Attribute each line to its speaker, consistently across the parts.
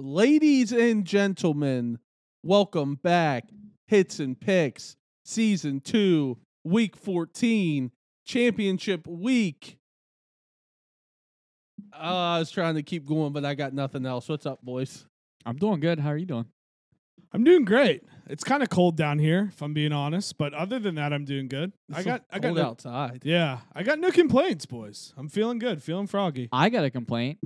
Speaker 1: Ladies and gentlemen, welcome back. Hits and Picks, Season 2, Week 14, Championship Week. Uh, I was trying to keep going, but I got nothing else. What's up, boys?
Speaker 2: I'm doing good. How are you doing?
Speaker 3: I'm doing great. It's kind of cold down here, if I'm being honest. But other than that, I'm doing good. I
Speaker 1: It's
Speaker 3: got, I got,
Speaker 1: cold
Speaker 3: no,
Speaker 1: outside.
Speaker 3: yeah, I got no complaints, boys. I'm feeling good, feeling froggy.
Speaker 2: I got a complaint.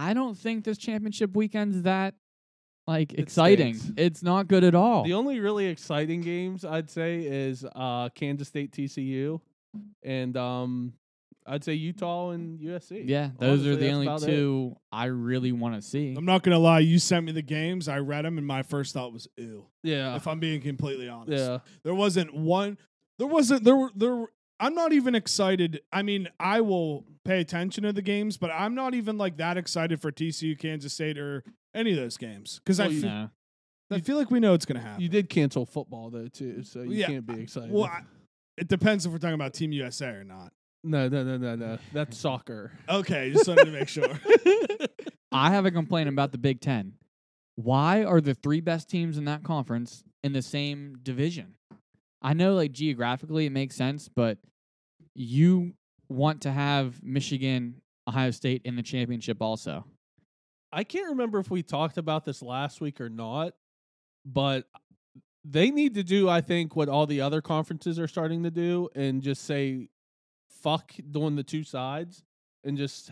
Speaker 2: I don't think this championship weekend's that like exciting.
Speaker 1: stinks.
Speaker 2: It's not good at all.
Speaker 1: The only really exciting games I'd say is uh, Kansas State TCU and um, I'd say Utah and USC.
Speaker 2: yeah, those
Speaker 1: Honestly,
Speaker 2: are the
Speaker 1: that's
Speaker 2: only
Speaker 1: about it.
Speaker 2: two I really want to see.
Speaker 3: I'm not gonna lie. You sent me the games. I read them, and my first thought was ew.
Speaker 1: Yeah.
Speaker 3: If I'm being completely honest,
Speaker 1: Yeah.
Speaker 3: there wasn't one. There wasn't. There were. There. were- I'm not even excited. I mean, I will pay attention to the games, but I'm not even like that excited for TCU, Kansas State, or any of those games because
Speaker 1: Well,
Speaker 3: I,
Speaker 1: you-
Speaker 3: feel,
Speaker 2: No.
Speaker 3: I feel like we know it's gonna happen.
Speaker 1: You did cancel football though too, so you
Speaker 3: Yeah,
Speaker 1: can't be excited.
Speaker 3: Well, I, it depends if we're talking about Team USA or not.
Speaker 1: no, no, no, no, no. That's soccer.
Speaker 3: Okay, just wanted to make sure.
Speaker 2: I have a complaint about the Big Ten. Why are the three best teams in that conference in the same division? I know, like, geographically it makes sense, but you want to have Michigan, Ohio State in the championship also.
Speaker 1: I can't remember if we talked about this last week or not, but they need to do, I think, what all the other conferences are starting to do and just say, fuck doing the two sides and just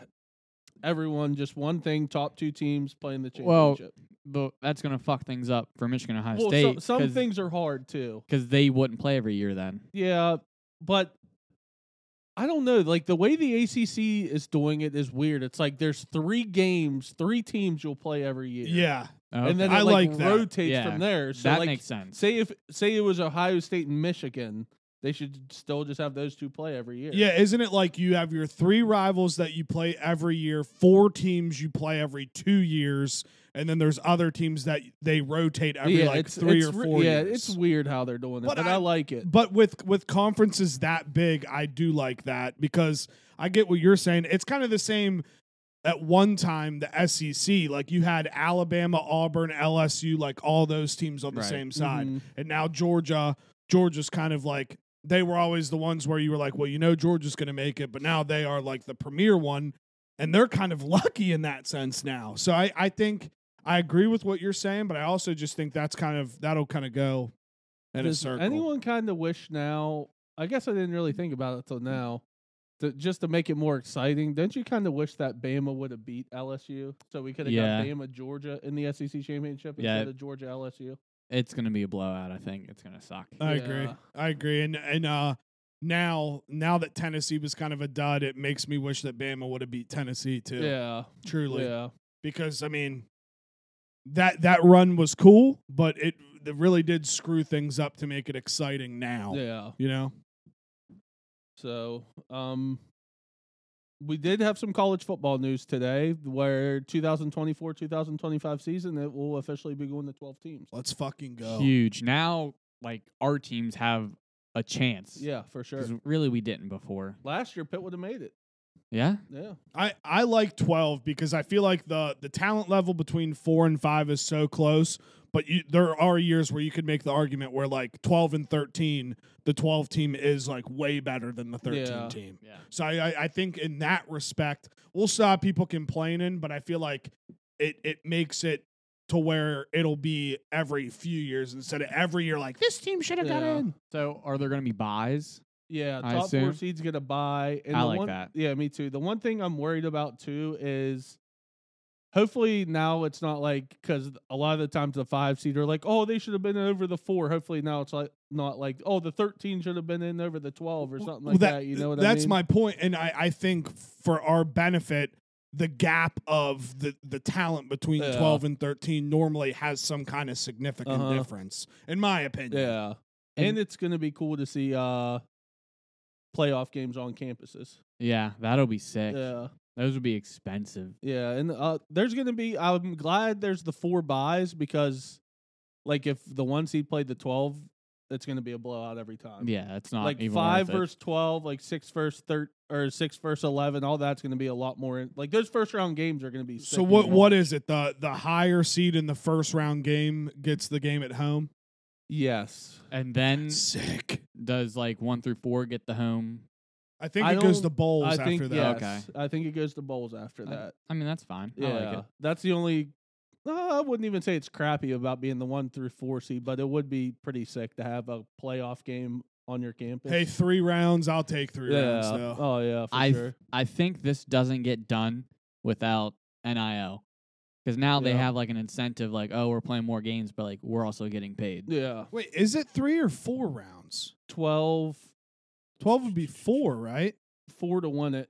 Speaker 1: everyone, just one thing, top two teams playing the
Speaker 2: Well,
Speaker 1: championship.
Speaker 2: But that's going to fuck things up for Michigan, Ohio
Speaker 1: Well,
Speaker 2: State.
Speaker 1: some, some
Speaker 2: because-
Speaker 1: things are hard too.
Speaker 2: because they wouldn't play every year then.
Speaker 1: Yeah, but I don't know. Like the way the ACC is doing it is weird. It's like there's three games, three teams you'll play every year.
Speaker 3: yeah,
Speaker 1: and then
Speaker 3: Okay.
Speaker 1: it
Speaker 3: I
Speaker 1: like,
Speaker 3: like that.
Speaker 1: rotates
Speaker 2: Yeah,
Speaker 1: from there. So
Speaker 2: that
Speaker 1: like,
Speaker 2: makes sense.
Speaker 1: say if say it was Ohio State and Michigan, they should still just have those two play every year.
Speaker 3: yeah. Isn't it like you have your three rivals that you play every year, four teams you play every two years, and then there's other teams that they rotate every
Speaker 1: yeah,
Speaker 3: like
Speaker 1: it's,
Speaker 3: three
Speaker 1: it's
Speaker 3: or
Speaker 1: re-
Speaker 3: four.
Speaker 1: Yeah,
Speaker 3: years.
Speaker 1: it's weird how they're doing it, but,
Speaker 3: But
Speaker 1: I,
Speaker 3: I-
Speaker 1: like it.
Speaker 3: But with with conferences that big, I do like that because I get what you're saying. It's kind of the same at one time the SEC, like you had Alabama, Auburn, LSU, like all those teams on the
Speaker 2: Right.
Speaker 3: same side.
Speaker 1: Mhm.
Speaker 3: And now Georgia, Georgia's kind of like they were always the ones where you were like, well, you know Georgia's going to make it, but now they are like the premier one and they're kind of lucky in that sense now. So I I think I agree with what you're saying, but I also just think that's kind of that'll kind of go in a
Speaker 1: Does
Speaker 3: circle.
Speaker 1: anyone kind of wish now? I guess I didn't really think about it till now. To, just to make it more exciting, don't you kind of wish that Bama would have beat LSU so we could have
Speaker 2: Yeah.
Speaker 1: got Bama Georgia in the SEC championship
Speaker 2: Yeah.
Speaker 1: instead of Georgia LSU?
Speaker 2: It's gonna be a blowout. I think it's gonna suck.
Speaker 3: I
Speaker 1: Yeah.
Speaker 3: agree. I agree. And and uh now now that Tennessee was kind of a dud, it makes me wish that Bama would have beat Tennessee too.
Speaker 1: Yeah,
Speaker 3: Truly.
Speaker 1: yeah.
Speaker 3: Because I mean that that run was cool, but it, it really did screw things up to make it exciting now.
Speaker 1: Yeah.
Speaker 3: You know?
Speaker 1: So, um, we did have some college football news today where 2024 2025 season, it will officially be going to 12 teams.
Speaker 3: Let's fucking go.
Speaker 2: Huge. Now, like our teams have a chance.
Speaker 1: Yeah, for sure.
Speaker 2: 'Cause really we didn't before.
Speaker 1: Last year, Pitt would have made it.
Speaker 2: Yeah.
Speaker 1: Yeah.
Speaker 3: I, I like 12 because I feel like the, the talent level between 4 and 5 is so close, but you, there are years where you could make the argument where like 12 and 13, the 12 team is like way better than the 13
Speaker 1: Yeah.
Speaker 3: team.
Speaker 2: Yeah.
Speaker 3: So I, I, I think in that respect, we'll still have people complaining, but I feel like it, it makes it to where it'll be every few years instead of every year like this team should have
Speaker 1: Yeah.
Speaker 3: got in.
Speaker 2: So are there gonna be buys?
Speaker 1: Yeah, top
Speaker 2: I
Speaker 1: four
Speaker 2: assume.
Speaker 1: seeds get a buy. And
Speaker 2: I
Speaker 1: the
Speaker 2: like
Speaker 1: one,
Speaker 2: that.
Speaker 1: Yeah, me too. The one thing I'm worried about too is hopefully now it's not like because a lot of the times the five seed are like, oh, they should have been over the four. Hopefully now it's like not like, oh, the 13 should have been in over the 12 or something like
Speaker 3: Well,
Speaker 1: that, You know what I mean?
Speaker 3: that's my point, and I, I think for our benefit, the gap of the, the talent between
Speaker 1: Yeah.
Speaker 3: twelve and thirteen normally has some kind of significant
Speaker 1: Uh-huh.
Speaker 3: difference, in my opinion.
Speaker 1: Yeah. And,
Speaker 2: And-
Speaker 1: it's going to be cool to see uh playoff games on campuses.
Speaker 2: Yeah, that'll be sick.
Speaker 1: Yeah.
Speaker 2: Those would be expensive.
Speaker 1: Yeah, and uh there's going to be I'm glad there's the four buys because like if the 1 seed played the 12 it's going to be a blowout every time.
Speaker 2: Yeah, it's not
Speaker 1: like
Speaker 2: even
Speaker 1: five
Speaker 2: worth it.
Speaker 1: verse twelve, like six verse thir or six verse eleven. All that's going to be a lot more. In, like those first round games are going to be.
Speaker 3: So what what is it? The the higher seed in the first round game gets the game at home.
Speaker 1: Yes,
Speaker 2: And
Speaker 1: Mm.
Speaker 2: then
Speaker 3: Sick.
Speaker 2: does like one through four get the home?
Speaker 3: I think
Speaker 1: I
Speaker 3: it goes
Speaker 1: don't-
Speaker 3: to bowls
Speaker 1: I
Speaker 3: after
Speaker 1: think
Speaker 3: that.
Speaker 1: yes.
Speaker 2: Okay.
Speaker 1: I think it goes to bowls after
Speaker 2: I-
Speaker 1: that.
Speaker 2: I mean, that's fine.
Speaker 1: Yeah,
Speaker 2: I like it.
Speaker 1: that's the only. no, I wouldn't even say it's crappy about being the one through four seed, but it would be pretty sick to have a playoff game on your campus.
Speaker 3: Hey, three rounds. I'll take three
Speaker 1: yeah.
Speaker 3: rounds though.
Speaker 1: Oh yeah, for
Speaker 2: I th-
Speaker 1: sure.
Speaker 2: I think this doesn't get done without NIL because now they
Speaker 1: Yeah.
Speaker 2: have like an incentive, like oh, we're playing more games, but like we're also getting paid.
Speaker 1: Yeah,
Speaker 3: Wait, is it three or four rounds?
Speaker 1: twelve
Speaker 3: Twelve would be four, right?
Speaker 1: four to win it.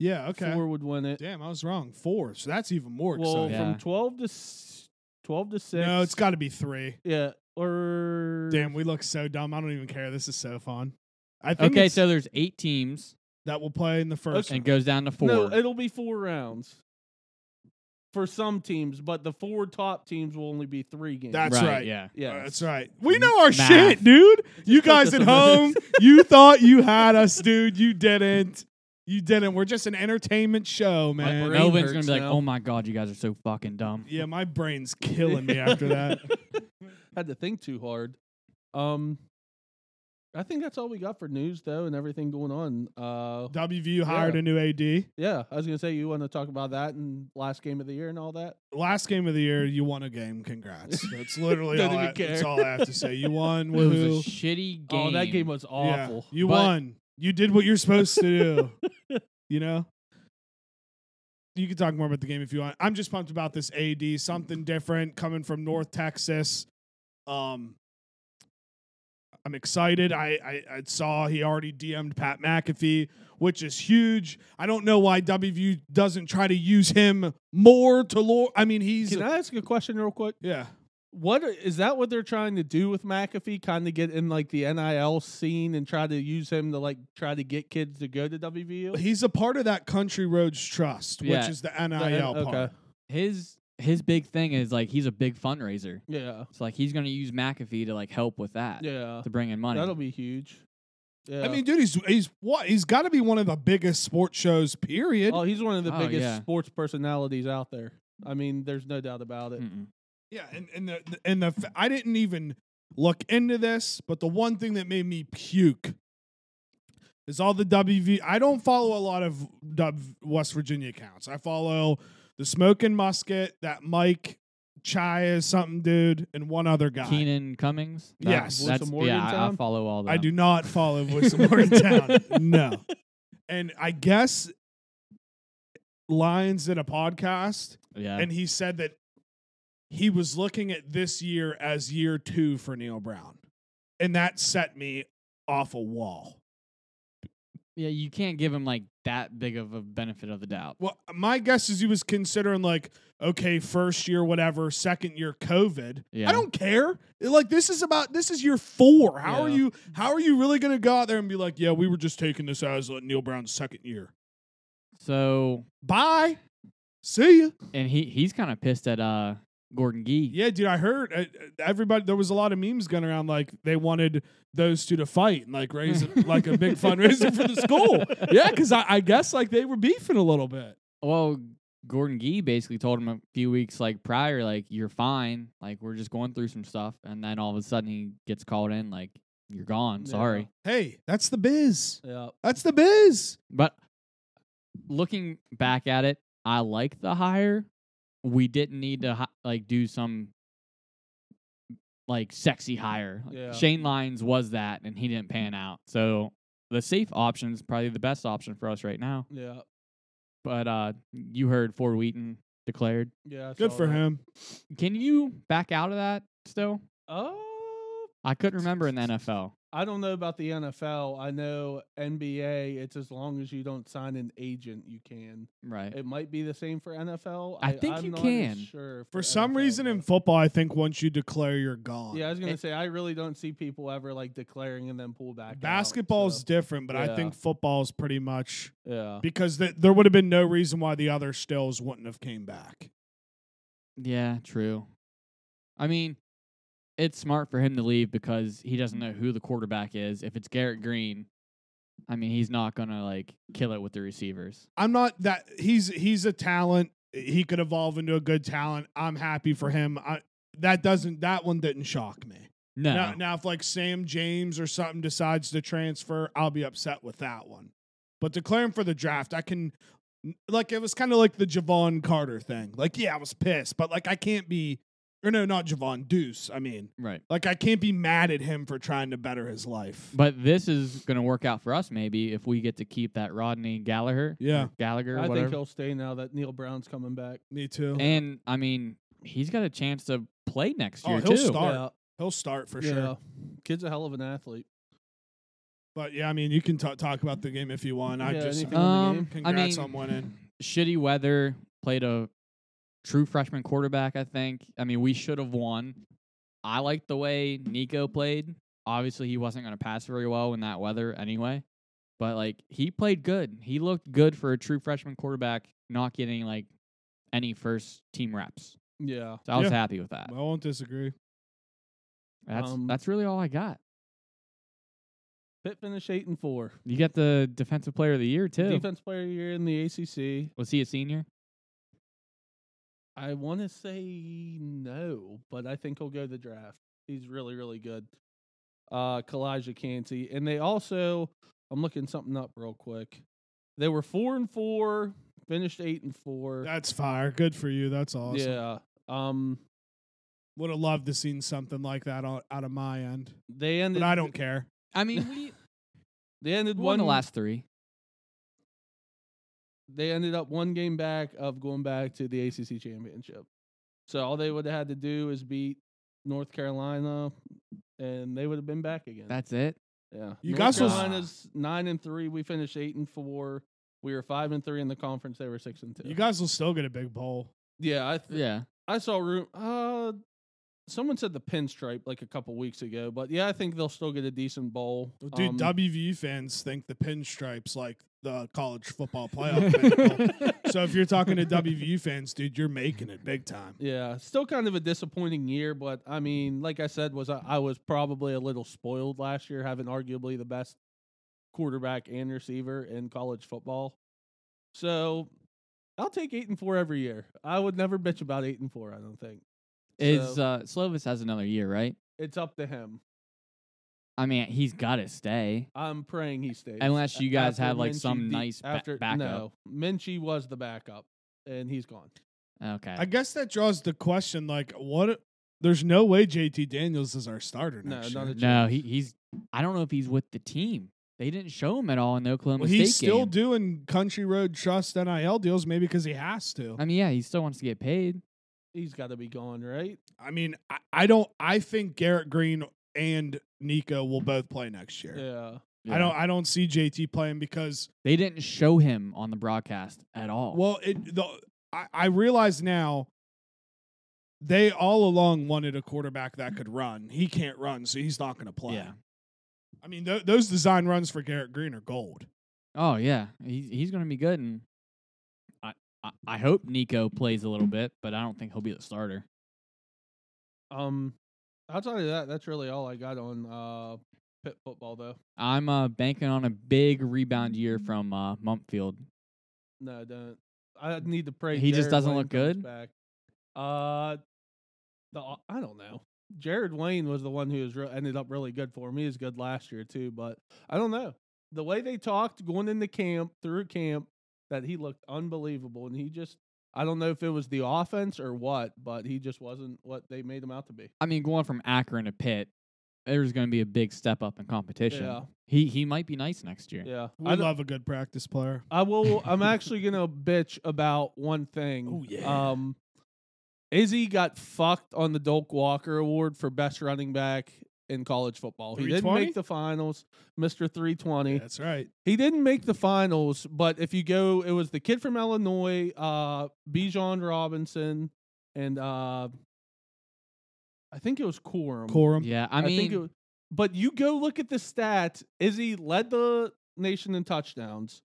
Speaker 3: Yeah. Okay.
Speaker 1: Four would win it.
Speaker 3: Damn, I was wrong. Four. So that's even more
Speaker 1: Well,
Speaker 3: exciting.
Speaker 1: from
Speaker 2: Yeah.
Speaker 1: twelve to s- twelve to six.
Speaker 3: No, it's got to be three.
Speaker 1: yeah. Or
Speaker 3: Damn, we look so dumb. I don't even care. This is so fun. I think
Speaker 2: Okay,
Speaker 3: it's-
Speaker 2: so there's eight teams
Speaker 3: that will play in the first.
Speaker 2: and goes down to four.
Speaker 1: no, it'll be four rounds for some teams, but the four top teams will only be three games.
Speaker 3: That's Uh,
Speaker 2: right,
Speaker 3: right.
Speaker 2: Yeah.
Speaker 1: yeah.
Speaker 3: That's right. We know our
Speaker 2: Math.
Speaker 3: shit, dude. You
Speaker 1: Just focus
Speaker 3: guys at
Speaker 1: on
Speaker 3: home, you thought you had us, dude. You didn't. You didn't. We're just an entertainment show,
Speaker 1: My
Speaker 3: man.
Speaker 1: brain
Speaker 2: Melvin's gonna
Speaker 1: hurts
Speaker 2: be like,
Speaker 1: now.
Speaker 2: oh my god, you guys are so fucking dumb.
Speaker 3: Yeah, my brain's killing me after that.
Speaker 1: Had to think too hard. Um, I think that's all we got for news though, and everything going on. Uh,
Speaker 3: WVU hired a new AD.
Speaker 1: yeah, I was gonna say you want to talk about that and last game of the year and all that.
Speaker 3: Last game of the year, you won a game. Congrats. That's literally
Speaker 1: Don't
Speaker 3: all,
Speaker 1: even
Speaker 3: I, that's
Speaker 1: care.
Speaker 3: all I have to say. You won.
Speaker 2: It was
Speaker 3: Woohoo.
Speaker 2: a shitty game.
Speaker 1: Oh, that game was
Speaker 3: Yeah,
Speaker 1: awful.
Speaker 3: you
Speaker 2: But-
Speaker 3: won. You did what you're supposed to do. you know? You can talk more about the game if you want. I'm just pumped about this AD, something different coming from North Texas. Um I'm excited. I, I I saw he already DM'd Pat McAfee, which is huge. I don't know why WVU doesn't try to use him more to lure. I mean, he's
Speaker 1: Can I ask a question real quick?
Speaker 3: yeah.
Speaker 1: What is that? What they're trying to do with McAfee? Kind of get in like the NIL scene and try to use him to like try to get kids to go to WVU.
Speaker 3: He's a part of that Country Roads Trust,
Speaker 2: Yeah.
Speaker 3: which is the
Speaker 1: The
Speaker 3: NIL
Speaker 1: N-
Speaker 3: part.
Speaker 1: okay.
Speaker 2: his his big thing is like he's a big fundraiser.
Speaker 1: Yeah,
Speaker 2: It's like he's gonna use McAfee to like help with that
Speaker 1: yeah,
Speaker 2: to bring in money.
Speaker 1: that'll be huge. Yeah.
Speaker 3: I mean, dude, he's he's what he's got to be one of the biggest sports shows. Period.
Speaker 1: Oh, he's one of the
Speaker 2: Oh,
Speaker 1: biggest
Speaker 2: yeah.
Speaker 1: sports personalities out there. I mean, there's no doubt about it.
Speaker 2: Mm-mm.
Speaker 3: yeah, and and the and the f- I didn't even look into this, but the one thing that made me puke is all the WV. I don't follow a lot of W- West Virginia accounts. I follow the Smoking Musket, that Mike Chias, something dude, and one other guy.
Speaker 2: Keenan Cummings. That-
Speaker 3: Yes. Voice
Speaker 1: of
Speaker 2: that's yeah. I- I,
Speaker 1: Morgantown?
Speaker 2: follow all that.
Speaker 3: I do not follow Voice of Morgantown. no, and I guess Lions did a podcast.
Speaker 2: Yeah,
Speaker 3: and he said that he was looking at this year as year two for Neil Brown, and that set me off a wall.
Speaker 2: yeah. You can't give him like that big of a benefit of the doubt.
Speaker 3: Well, my guess is he was considering like, okay, first year, whatever, second year, COVID.
Speaker 2: Yeah.
Speaker 3: I don't care. Like this is about this is year four. How are
Speaker 1: Yeah.
Speaker 3: you? How are you really gonna go out there and be like, yeah, we were just taking this as uh, Neil Brown's second year.
Speaker 2: So
Speaker 3: Bye. See ya.
Speaker 2: and he he's kind of pissed at uh Gordon Gee.
Speaker 3: Yeah, dude, I heard uh, everybody. There was a lot of memes going around, like they wanted those two to fight and like raise a, like a big fundraiser for the school. Yeah, because I, I guess like they were beefing a little bit.
Speaker 2: Well, Gordon Gee basically told him a few weeks like prior, like you're fine. Like we're just going through some stuff, and then all of a sudden he gets called in, like you're gone.
Speaker 1: Yeah.
Speaker 2: Sorry.
Speaker 3: Hey, that's the biz.
Speaker 1: Yeah.
Speaker 3: That's the biz.
Speaker 2: But looking back at it, I like the hire. We didn't need to hi- like do some like sexy hire. Like,
Speaker 1: Yeah.
Speaker 2: Shane Lyons was that, and he didn't pan out. So the safe option is probably the best option for us right now.
Speaker 1: Yeah.
Speaker 2: But uh, you heard Ford Wheaton declared.
Speaker 1: Yeah. I
Speaker 3: Good
Speaker 1: saw
Speaker 3: for
Speaker 1: that.
Speaker 3: him.
Speaker 2: Can you back out of that still?
Speaker 1: Uh,
Speaker 2: I couldn't remember in the NFL.
Speaker 1: I don't know about the NFL. I know NBA. It's as long as you don't sign an agent, you can.
Speaker 2: Right.
Speaker 1: It might be the same for NFL.
Speaker 2: Eh. I think
Speaker 1: I'm
Speaker 2: you
Speaker 1: not as
Speaker 2: can.
Speaker 1: Sure.
Speaker 3: For some
Speaker 1: NFL,
Speaker 3: reason in
Speaker 1: but-
Speaker 3: football, I think once you declare, you're gone.
Speaker 1: yeah, I was gonna
Speaker 2: It-
Speaker 1: say I really don't see people ever like declaring and then pull back. out,
Speaker 3: Basketball's
Speaker 1: so,
Speaker 3: different, but I
Speaker 1: Yeah.
Speaker 3: think football's pretty much
Speaker 1: yeah.
Speaker 3: because th- there would have been no reason why the other stills wouldn't have came back.
Speaker 2: Yeah, true. I mean, it's smart for him to leave because he doesn't know who the quarterback is. If it's Garrett Green, I mean, he's not gonna like kill it with the receivers.
Speaker 3: I'm not that he's he's a talent. He could evolve into a good talent. I'm happy for him. I, that doesn't that one didn't shock me.
Speaker 2: No,
Speaker 3: Now, now, if like Sam James or something decides to transfer, I'll be upset with that one. But declaring for the draft, I can. Like it was kind of like the Javon Carter thing. Like, yeah, I was pissed, but like I can't be, or no, not Javon Deuce. I mean,
Speaker 2: right.
Speaker 3: like I can't be mad at him for trying to better his life.
Speaker 2: But this is gonna work out for us maybe if we get to keep that Rodney Gallagher,
Speaker 3: yeah,
Speaker 2: Gallagher,
Speaker 1: I
Speaker 2: whatever.
Speaker 1: think he'll stay now that Neil Brown's coming back.
Speaker 3: me too.
Speaker 2: and I mean, he's got a chance to play next
Speaker 3: Oh,
Speaker 2: year
Speaker 3: he'll
Speaker 2: too.
Speaker 3: start. He'll start for
Speaker 1: yeah, yeah.
Speaker 3: sure.
Speaker 1: Kid's a hell of an athlete.
Speaker 3: But yeah, I mean, you can ta- talk about the game if you want. I
Speaker 1: Yeah,
Speaker 3: just
Speaker 1: anything- Uh, on the
Speaker 2: Um,
Speaker 3: game.
Speaker 2: I
Speaker 3: Congrats
Speaker 2: mean,
Speaker 3: on winning.
Speaker 2: Shitty weather played a true freshman quarterback. I think. I mean, we should have won. I liked the way Nico played. Obviously, he wasn't going to pass very well in that weather anyway. But like, he played good. He looked good for a true freshman quarterback, not getting like any first team reps.
Speaker 1: Yeah.
Speaker 2: So I was
Speaker 3: Yeah.
Speaker 2: happy with that.
Speaker 3: I won't disagree.
Speaker 2: That's
Speaker 1: Um,
Speaker 2: that's really all I got.
Speaker 1: Pitt finished eight and four.
Speaker 2: You got the defensive player of the year too.
Speaker 1: Defense player of the year in the ACC.
Speaker 2: Was he a senior?
Speaker 1: I want to say no, but I think he'll go the draft. He's really, really good. Uh, Kalijah Canty, and they also, I'm looking something up real quick. They were four and four, finished eight and four.
Speaker 3: That's fire. Good for you. That's awesome.
Speaker 1: Yeah. Um,
Speaker 3: Would have loved to seen something like that out out of my end,
Speaker 1: they ended.
Speaker 3: but I don't care.
Speaker 2: I mean, we,
Speaker 1: They ended
Speaker 2: we won
Speaker 1: one.
Speaker 2: the last three.
Speaker 1: They ended up one game back of going back to the ACC championship. So all they would have had to do is beat North Carolina, and they would have been back again.
Speaker 2: That's it.
Speaker 1: Yeah.
Speaker 3: You
Speaker 1: North
Speaker 3: guys was-
Speaker 1: Carolina's nine and three. We finished eight and four. We were five and three in the conference. They were six and two.
Speaker 3: You guys will still get a big bowl.
Speaker 1: yeah, I th-
Speaker 2: Yeah.
Speaker 1: I saw room. Uh, someone said the pinstripe like a couple weeks ago, but yeah, I think they'll still get a decent bowl.
Speaker 3: Dude,
Speaker 1: Um,
Speaker 3: WVU fans think the pinstripes like the college football playoff. pinnacle. so if you're talking to WVU fans, dude, you're making it big time.
Speaker 1: Yeah, still kind of a disappointing year, but I mean, like I said, was I, I was probably a little spoiled last year, having arguably the best quarterback and receiver in college football. So I'll take eight and four every year. I would never bitch about eight and four. I don't think
Speaker 2: Is
Speaker 1: So-
Speaker 2: uh, Slovis has another year, right?
Speaker 1: it's up to him.
Speaker 2: I mean, he's got to stay.
Speaker 1: I'm praying he stays.
Speaker 2: Unless you
Speaker 1: A-
Speaker 2: guys
Speaker 1: after
Speaker 2: have, like,
Speaker 1: Minchie
Speaker 2: some nice ba- backup.
Speaker 1: No, Minchie was the backup, and he's gone.
Speaker 2: Okay.
Speaker 3: I guess that draws the question: like, what? There's no way JT Daniels is our starter
Speaker 1: No,
Speaker 3: next
Speaker 1: not
Speaker 3: year.
Speaker 1: a
Speaker 2: no,
Speaker 1: chance.
Speaker 2: he, he's. I don't know if he's with the team. They didn't show him at all in the Oklahoma
Speaker 3: Well,
Speaker 2: State
Speaker 3: he's still
Speaker 2: game.
Speaker 3: doing Country Road Trust NIL deals, maybe because he has to.
Speaker 2: I mean, yeah, he still wants to get paid.
Speaker 1: He's got to be gone, right?
Speaker 3: I mean, I, I don't. I think Garrett Green and Nico will both play next year.
Speaker 1: Yeah.
Speaker 3: I don't. I don't see JT playing because
Speaker 2: They didn't show him on the broadcast at
Speaker 1: Oh.
Speaker 2: all.
Speaker 3: well, it, the, I, I realize now they all along wanted a quarterback that could run. He can't run, so he's not going to play.
Speaker 2: Yeah.
Speaker 3: I mean, th- those design runs for Garrett Green are gold.
Speaker 2: Oh yeah, he's he's gonna be good, and I, I I hope Nico plays a little bit, but I don't think he'll be the starter.
Speaker 1: Um, outside of that, that's really all I got on uh pit football though.
Speaker 2: I'm uh, banking on a big rebound year from uh, Mumpfield.
Speaker 1: No, I don't. I need to pray.
Speaker 2: He just
Speaker 1: Jared
Speaker 2: doesn't
Speaker 1: Wayne
Speaker 2: look
Speaker 1: comes
Speaker 2: good?
Speaker 1: Back. Uh, the o- I don't know. Jared Wayne was the one who was re- ended up really good for me. He was good last year too, but I don't know. The way they talked going into camp through camp, that he looked unbelievable, and he just I don't know if it was the offense or what, but he just wasn't what they made him out to be.
Speaker 2: I mean, going from Akron to Pitt, there's going to be a big step up in competition.
Speaker 1: Yeah.
Speaker 2: He he might be nice next year.
Speaker 1: Yeah,
Speaker 3: We
Speaker 1: I don't-
Speaker 3: love a good practice player.
Speaker 1: I will. I'm actually gonna bitch about one thing.
Speaker 3: Oh, yeah.
Speaker 1: Um, Izzy got fucked on the Dolk Walker Award for best running back in college football. He didn't
Speaker 3: 320?
Speaker 1: make the finals, Mister 320.
Speaker 3: That's right.
Speaker 1: He didn't make the finals, but if you go, it was the kid from Illinois, uh, Bijan Robinson, and uh, I think it was Corum.
Speaker 3: Corum.
Speaker 2: Yeah, I mean,
Speaker 1: think it, wa- but you go look at the stats. Izzy led the nation in touchdowns.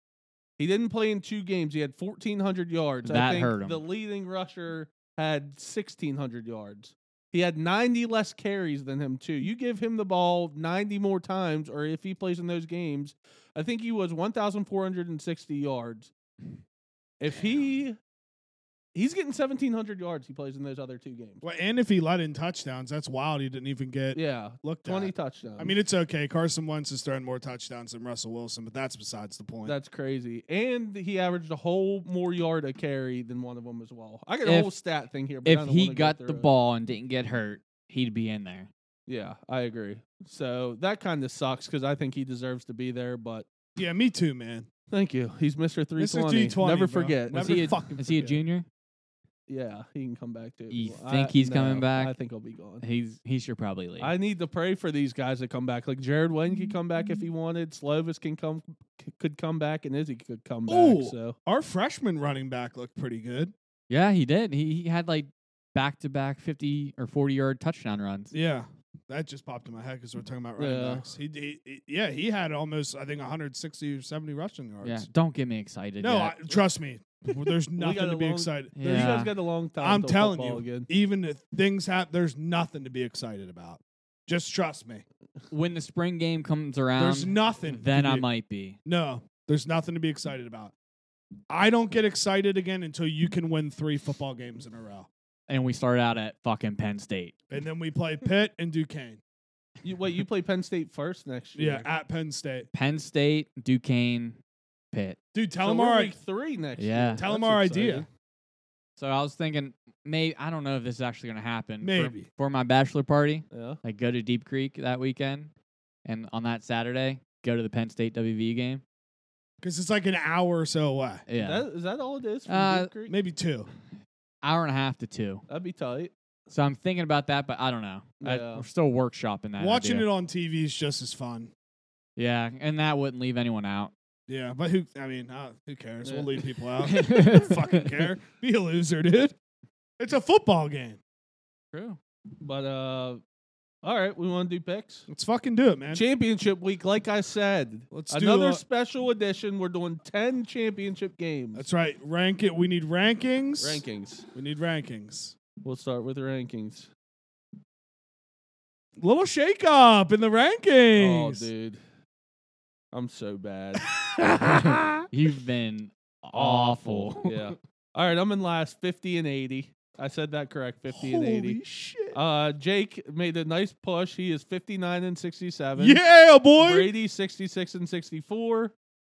Speaker 1: He didn't play in two games. He had fourteen hundred yards. I
Speaker 2: That
Speaker 1: think
Speaker 2: hurt him.
Speaker 1: The leading rusher had sixteen hundred yards. He had 90 less carries than him too. You give him the ball 90 more times, or if he plays in those games, I think he was 1,460 yards. If he he's getting 1,700 yards, he plays in those other two games.
Speaker 3: Well, and if he let in touchdowns, that's wild. He didn't even get
Speaker 1: Yeah,
Speaker 3: looked
Speaker 1: 20
Speaker 3: at.
Speaker 1: touchdowns.
Speaker 3: I mean, it's okay. Carson Wentz has thrown more touchdowns than Russell Wilson, but that's besides the point.
Speaker 1: that's crazy. And he averaged a whole more yard a carry than one of them as well. I got a
Speaker 2: If-
Speaker 1: whole stat thing here. But I
Speaker 2: If
Speaker 1: don't
Speaker 2: he
Speaker 1: wanna go
Speaker 2: got
Speaker 1: through
Speaker 2: the
Speaker 1: it.
Speaker 2: ball and didn't get hurt, he'd be in there.
Speaker 1: Yeah, I agree. So that kind of sucks because I think he deserves to be there. But
Speaker 3: yeah, me too, man.
Speaker 1: thank you, he's Mister Three
Speaker 3: Mr.
Speaker 1: Twenty.
Speaker 3: 320,
Speaker 1: Never
Speaker 3: bro.
Speaker 1: forget.
Speaker 2: Was
Speaker 3: Never
Speaker 2: he a,
Speaker 3: fucking
Speaker 2: is he a
Speaker 3: forget.
Speaker 2: junior?
Speaker 1: Yeah, he can come back too. if he
Speaker 2: You
Speaker 1: wants.
Speaker 2: think he's coming back?
Speaker 1: I think he'll be gone.
Speaker 2: He's he should probably leave.
Speaker 1: I need to pray for these guys to come back. Like Jared Wayne could come back if he wanted. Slovis can come, c- could come back, and Izzy could come back.
Speaker 3: Ooh.
Speaker 1: So
Speaker 3: Our freshman running back looked pretty good.
Speaker 2: yeah, he did. He, he had like back to back fifty or forty yard touchdown runs.
Speaker 3: Yeah, that just popped in my head because we're talking about running
Speaker 1: Yeah.
Speaker 3: backs. He, he, he- yeah, he had almost I think 160 or 70 rushing yards.
Speaker 2: Yeah, don't get me excited.
Speaker 3: No, I,
Speaker 2: yet.
Speaker 3: trust me, there's nothing
Speaker 1: got
Speaker 3: to
Speaker 1: a
Speaker 3: be
Speaker 1: long-
Speaker 3: excited.
Speaker 1: you
Speaker 2: Yeah.
Speaker 1: guys got a long time.
Speaker 3: I'm
Speaker 1: till
Speaker 3: telling
Speaker 1: football
Speaker 3: you,
Speaker 1: again.
Speaker 3: even if things happen, there's nothing to be excited about. Just trust me.
Speaker 2: when the spring game comes around,
Speaker 3: there's
Speaker 1: Um,
Speaker 3: nothing. to
Speaker 2: then
Speaker 3: be-
Speaker 2: I might be.
Speaker 3: No, there's nothing to be excited about. I don't get excited again until you can win three football games in a row,
Speaker 2: And we start out at fucking Penn State.
Speaker 3: and then we play Pitt and Duquesne.
Speaker 1: You, wait, you play Penn State first next
Speaker 3: Yeah,
Speaker 1: year?
Speaker 3: at Penn State,
Speaker 2: Penn State, Duquesne, Pitt.
Speaker 3: dude. Tell
Speaker 1: so
Speaker 3: them
Speaker 1: we're
Speaker 3: our
Speaker 1: week three next
Speaker 2: Yeah.
Speaker 1: year.
Speaker 3: tell them
Speaker 1: That's
Speaker 3: our
Speaker 1: exciting.
Speaker 3: idea.
Speaker 2: So I was thinking, may I don't know if this is actually going to happen. for-
Speaker 3: Maybe.
Speaker 2: for, my bachelor party,
Speaker 1: Yeah.
Speaker 2: like go to Deep Creek that weekend, and on that Saturday, go to the Penn State WV game.
Speaker 3: because it's like an hour or so away,
Speaker 2: Yeah,
Speaker 1: That, is that all it is? From
Speaker 2: Uh,
Speaker 1: Deep Creek?
Speaker 3: maybe two.
Speaker 2: hour and a half to two.
Speaker 1: That'd be tight.
Speaker 2: So I'm thinking about that, but I don't know. I-
Speaker 1: Yeah.
Speaker 2: we're still workshopping that.
Speaker 3: Watching it on TV is just as fun.
Speaker 2: yeah, and that wouldn't leave anyone out.
Speaker 3: Yeah, but who? I mean, uh, who cares? We'll
Speaker 1: Yeah.
Speaker 3: leave people out. Fucking care. Be a loser, dude. It's a football game.
Speaker 2: True.
Speaker 1: But uh, all right, we want to do picks.
Speaker 3: Let's fucking do it, man.
Speaker 1: Championship week, like I said.
Speaker 3: Let's do uh,
Speaker 1: another
Speaker 3: a-
Speaker 1: special edition. We're doing ten championship games.
Speaker 3: That's right. Rank it. We need rankings.
Speaker 1: rankings.
Speaker 3: We need rankings.
Speaker 1: We'll start with rankings.
Speaker 3: Little shake up in the rankings.
Speaker 1: Oh, dude, I'm so bad.
Speaker 2: You've been awful.
Speaker 1: yeah. All right, I'm in last, fifty and eighty. I said that correct, fifty and eighty.
Speaker 3: Holy shit.
Speaker 1: Uh, Jake made a nice push. He is fifty nine and sixty seven.
Speaker 3: yeah, boy.
Speaker 1: Brady 66 and 64.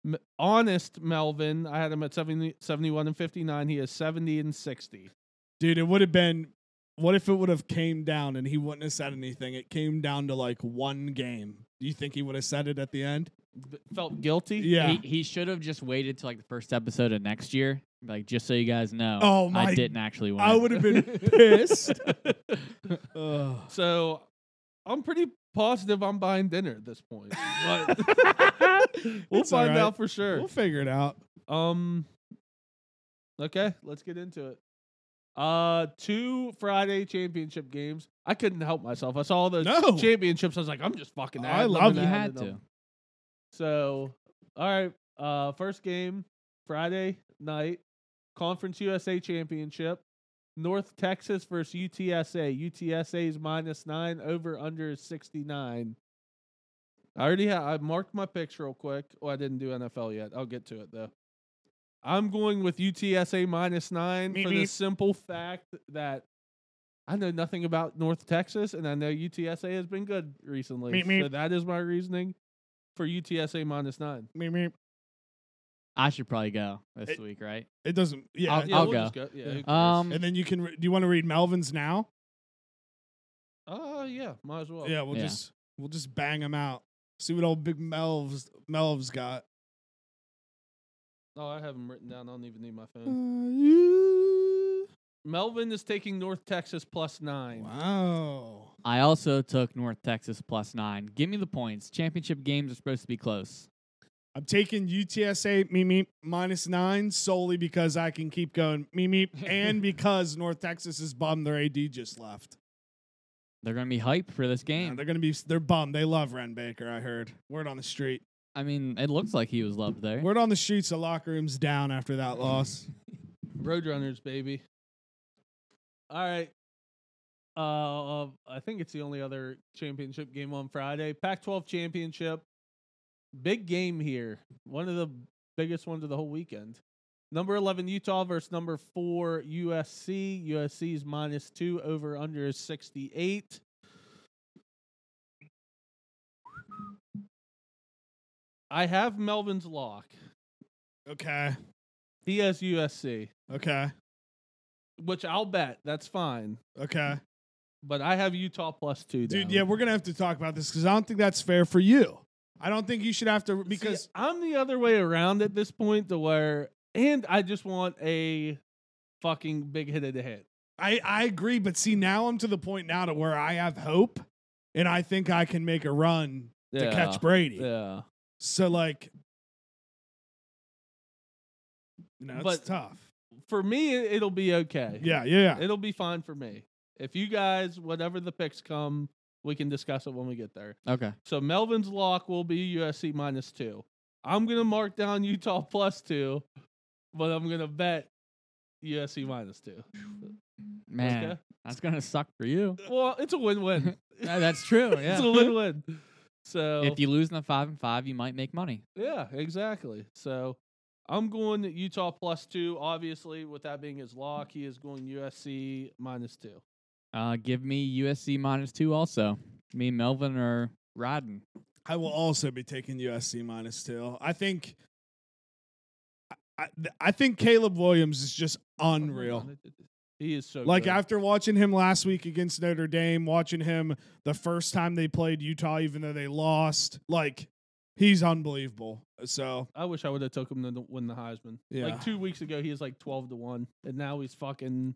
Speaker 1: M- honest Melvin, I had him at 70, 71 and 59. He is 70 and 60.
Speaker 3: Dude, it would have been. What if it would have came down and he wouldn't have said anything? It came down to like one game. Do you think he would have said it at the end?
Speaker 1: B- Felt guilty.
Speaker 3: Yeah.
Speaker 2: He, he should have just waited till like the first episode of next year. Like just so you guys know,
Speaker 3: Oh my-
Speaker 2: I didn't actually win.
Speaker 3: I would have been pissed. Ugh.
Speaker 1: So I'm pretty positive I'm buying dinner at this point. But we'll
Speaker 3: It's all
Speaker 1: find
Speaker 3: right.
Speaker 1: out for sure.
Speaker 3: We'll figure it out.
Speaker 1: Um Okay, let's get into it. Uh two Friday championship games. I couldn't help myself. I saw all those
Speaker 3: No.
Speaker 1: championships. I was like, I'm just fucking
Speaker 3: I
Speaker 1: ad-libbing,
Speaker 3: love
Speaker 2: you had
Speaker 1: ad-libbing.
Speaker 2: to.
Speaker 1: So, all right. Uh, first game Friday night, Conference USA Championship, North Texas versus UTSA. UTSA is minus nine. Over under is sixty nine. I already ha- I marked my picks real quick. Oh, I didn't do NFL yet. I'll get to it though. I'm going with UTSA minus nine
Speaker 3: Meep,
Speaker 1: for
Speaker 3: meep.
Speaker 1: the simple fact that I know nothing about North Texas, and I know UTSA has been good recently.
Speaker 3: Meep, meep.
Speaker 1: So that is my reasoning for UTSA minus nine.
Speaker 3: Meep, meep.
Speaker 2: I should probably go this
Speaker 3: It-
Speaker 2: week, right?
Speaker 3: It doesn't. Yeah.
Speaker 2: I'll-
Speaker 3: it-
Speaker 1: Yeah,
Speaker 2: I'll
Speaker 1: we'll
Speaker 2: go.
Speaker 1: just go. Yeah, who cares?
Speaker 2: Um,
Speaker 3: and then you can. Re- do you want to read Melvin's now?
Speaker 1: Uh, yeah, might as well.
Speaker 3: yeah. We'll
Speaker 2: Yeah.
Speaker 3: just we'll just bang him out. See what old big Melv's Melv's got.
Speaker 1: Oh, I have them written down. I don't even need my
Speaker 3: Mm.
Speaker 1: phone.
Speaker 3: Wow.
Speaker 1: Melvin is taking North Texas plus nine.
Speaker 2: I also took North Texas plus nine. Give me the points. Championship games are supposed to be close.
Speaker 3: I'm taking UTSA me meep minus nine solely because I can keep going me meep and because North Texas is bummed their AD just left.
Speaker 2: They're going to be hyped for this
Speaker 3: Yeah,
Speaker 2: game.
Speaker 3: they're gonna be they're bummed. They love Ren Baker. I heard word on the street.
Speaker 2: I mean, it looks like he was loved there.
Speaker 3: Word on the streets. The locker room's down after that loss.
Speaker 1: Roadrunners, baby. All right. Uh, I think it's the only other championship game on Friday. Pac-12 championship, big game here. One of the biggest ones of the whole weekend. Number eleven Utah versus number four USC. USC is minus two. Over under is sixty-eight. I have Melvin's lock.
Speaker 3: Okay.
Speaker 1: He has USC,
Speaker 3: Okay.
Speaker 1: which I'll bet. That's fine.
Speaker 3: Okay.
Speaker 1: But I have Utah plus two.
Speaker 3: Dude,
Speaker 1: down.
Speaker 3: yeah, we're gonna have to talk about this because I don't think that's fair for you. I don't think you should have to
Speaker 1: See, uh,
Speaker 3: because
Speaker 1: I'm the other way around at this point to where and I just want a fucking big hit of the hit.
Speaker 3: I, I agree, but see now I'm to the point now to where I have hope and I think I can make a run to catch Brady.
Speaker 1: Yeah.
Speaker 3: So like you know, it's
Speaker 1: But-
Speaker 3: tough.
Speaker 1: For me it- it'll be okay.
Speaker 3: Yeah, yeah, yeah.
Speaker 1: It'll be fine for me. If you guys whatever the picks come, we can discuss it when we get there.
Speaker 2: Okay.
Speaker 1: So Melvin's lock will be USC minus 2. I'm going to mark down Utah plus 2, but I'm going to bet USC minus 2.
Speaker 2: Man,
Speaker 1: Okay?
Speaker 2: that's gonna suck for you.
Speaker 1: Well, it's a win-win.
Speaker 2: Yeah, that's true.
Speaker 1: It's a
Speaker 2: Yeah.
Speaker 1: win-win. So
Speaker 2: if you lose in the five and five, you might make money.
Speaker 1: Yeah, exactly. So I'm going Utah plus two. Obviously, with that being his lock, he is going USC minus two.
Speaker 2: Uh, give me USC minus two. Also, me and Melvin are riding.
Speaker 3: I will also be taking USC minus two. I think I, I- I think Caleb Williams is just unreal.
Speaker 1: He is so
Speaker 3: Like
Speaker 1: good.
Speaker 3: after watching him last week against Notre Dame, watching him the first time they played Utah, even though they lost, like he's unbelievable. So
Speaker 1: I wish I would have took him to the- win the Heisman.
Speaker 3: Yeah.
Speaker 1: Like two weeks ago, he was like twelve to one, and now he's fucking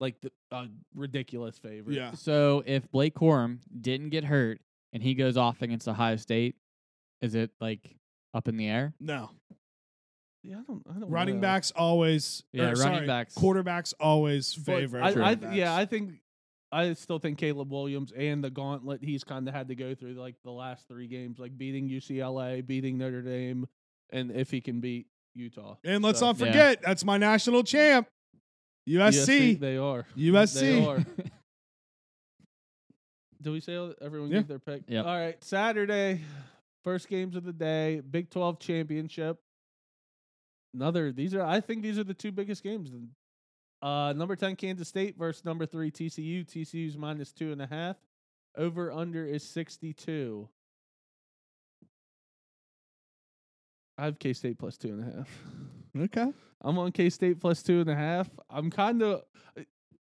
Speaker 1: like the, a ridiculous favorite.
Speaker 3: yeah,
Speaker 2: So if Blake Corum didn't get hurt and he goes off against Ohio State, is it like up in the air?
Speaker 3: no
Speaker 1: yeah. I don't. I don't
Speaker 3: running
Speaker 1: know.
Speaker 3: backs always.
Speaker 2: Yeah,
Speaker 3: or,
Speaker 2: running
Speaker 3: sorry,
Speaker 2: backs.
Speaker 3: quarterbacks always
Speaker 1: But
Speaker 3: favor.
Speaker 1: I, I,
Speaker 3: quarterbacks.
Speaker 1: yeah, I think. I still think Caleb Williams and the gauntlet he's kind of had to go through like the last three games, like beating UCLA, beating Notre Dame, and if he can beat Utah.
Speaker 3: and let's
Speaker 1: So-
Speaker 3: not
Speaker 2: Yeah.
Speaker 3: forget that's my national champ, USC.
Speaker 1: They are. They
Speaker 3: USC.
Speaker 1: are. Do we say all- everyone
Speaker 3: Yeah.
Speaker 1: gave their pick?
Speaker 2: Yep.
Speaker 1: All right. Saturday, first games of the day, Big 12 championship. Another, these are, I think these are the two biggest games. Uh, number 10, Kansas State versus number three, TCU. TCU's minus two and a half. Over under is 62. I have K State plus two and a half.
Speaker 3: Okay.
Speaker 1: I'm on K State plus two and a half. I'm kind of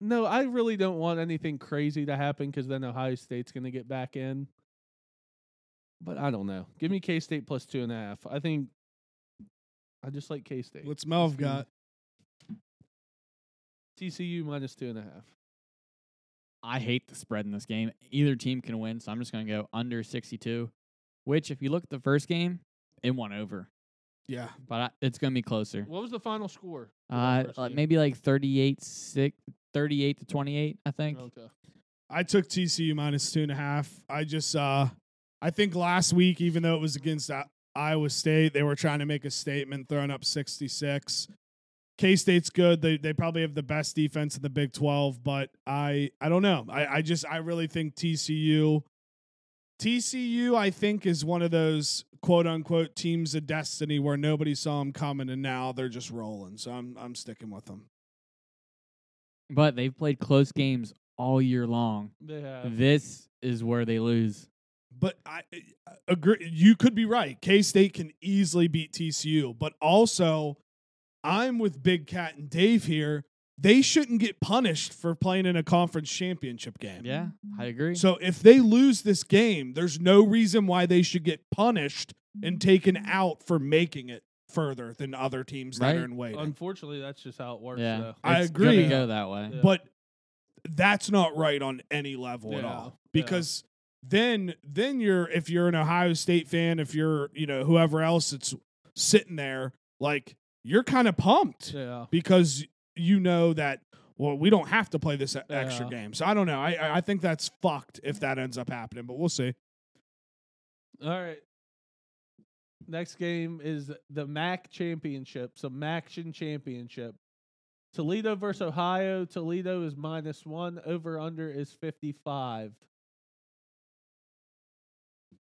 Speaker 1: no, I really don't want anything crazy to happen because then Ohio State's going to get back in. But I don't know. Give me K State plus two and a half. I think I just like K State.
Speaker 3: What's Melv got?
Speaker 1: TCU minus two and a half.
Speaker 2: I hate the spread in this game. Either team can win, so I'm just going to go under 62, which, if you look at the first game, it won over,
Speaker 3: Yeah.
Speaker 2: but I, it's going to be closer.
Speaker 1: What was the final score? for that
Speaker 2: Uh,
Speaker 1: first
Speaker 2: like
Speaker 1: game?
Speaker 2: maybe like 38, six, 38 to 28, I think.
Speaker 1: Okay.
Speaker 3: I took TCU minus two and a half. I just, uh, I think last week, even though it was against I- Iowa State, they were trying to make a statement, throwing up 66. K State's good. They they probably have the best defense in the Big 12, but I I don't know. I, I just I really think TCU TCU I think is one of those quote unquote teams of destiny where nobody saw them coming and now they're just rolling. So I'm I'm sticking with them.
Speaker 2: But they've played close games all year long.
Speaker 1: They have.
Speaker 2: This is where they lose.
Speaker 3: But I I agree. You could be right. K State can easily beat TCU, but also I'm with Big Cat and Dave here. They shouldn't get punished for playing in a conference championship game.
Speaker 2: Yeah, I agree.
Speaker 3: So if they lose this game, there's no reason why they should get punished and taken out for making it further than other teams that
Speaker 2: Right.
Speaker 3: are in waiting.
Speaker 1: Unfortunately, that's just how it works.
Speaker 2: yeah,
Speaker 1: Though.
Speaker 3: I
Speaker 2: it's gonna
Speaker 3: agree.
Speaker 2: Go that way.
Speaker 1: Yeah.
Speaker 3: but that's not right on any level at
Speaker 1: Yeah,
Speaker 3: all
Speaker 1: yeah.
Speaker 3: because then then you're if you're an ohio state fan if you're you know whoever else that's sitting there like you're kind of pumped
Speaker 1: Yeah.
Speaker 3: because you know that well we don't have to play this e- extra
Speaker 1: Yeah.
Speaker 3: game so i don't know I- i i think that's fucked if that ends up happening but we'll see
Speaker 1: All right. Next game is the MAC Championship, so MACtion Championship. Toledo versus Ohio. Toledo is minus one. Over under is 55.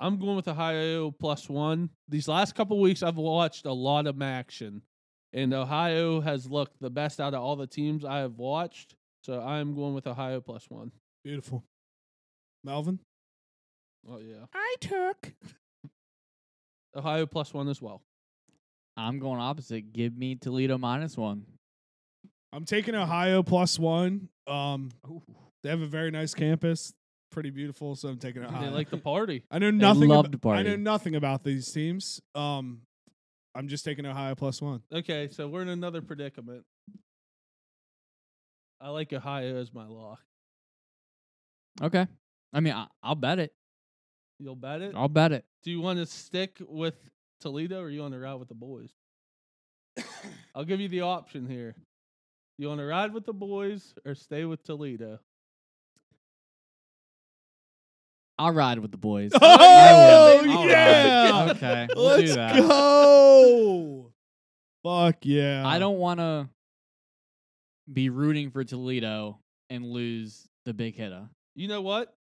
Speaker 1: I'm going with Ohio plus one. These last couple weeks, I've watched a lot of action, and Ohio has looked the best out of all the teams I have watched. So I'm going with Ohio plus one.
Speaker 3: Beautiful. Melvin?
Speaker 1: Oh, yeah.
Speaker 3: I took.
Speaker 1: Ohio plus one as well.
Speaker 2: I'm going opposite. Give me Toledo minus one.
Speaker 3: I'm taking Ohio plus one. Um, they have a very nice campus, pretty beautiful. So I'm taking Ohio.
Speaker 1: They like the party.
Speaker 3: I know nothing. ab-
Speaker 2: love to party.
Speaker 3: I know nothing about these teams. Um, I'm just taking Ohio plus one.
Speaker 1: Okay, so we're in another predicament. I like Ohio as my lock.
Speaker 2: Okay. I mean, I, I'll bet it.
Speaker 1: You'll bet
Speaker 3: Oh.
Speaker 1: it.
Speaker 2: I'll bet it.
Speaker 1: Do you want to stick with Toledo or you want to ride with the boys? I'll give you the option here. You want to ride with the boys or stay with Toledo?
Speaker 2: I'll ride with the boys.
Speaker 1: I
Speaker 3: Oh
Speaker 1: will.
Speaker 2: All
Speaker 3: yeah!
Speaker 2: right. Okay. We'll
Speaker 3: Let's
Speaker 2: do that.
Speaker 3: go. Fuck yeah!
Speaker 2: I don't want to be rooting for Toledo and lose the big hitter.
Speaker 1: You know what?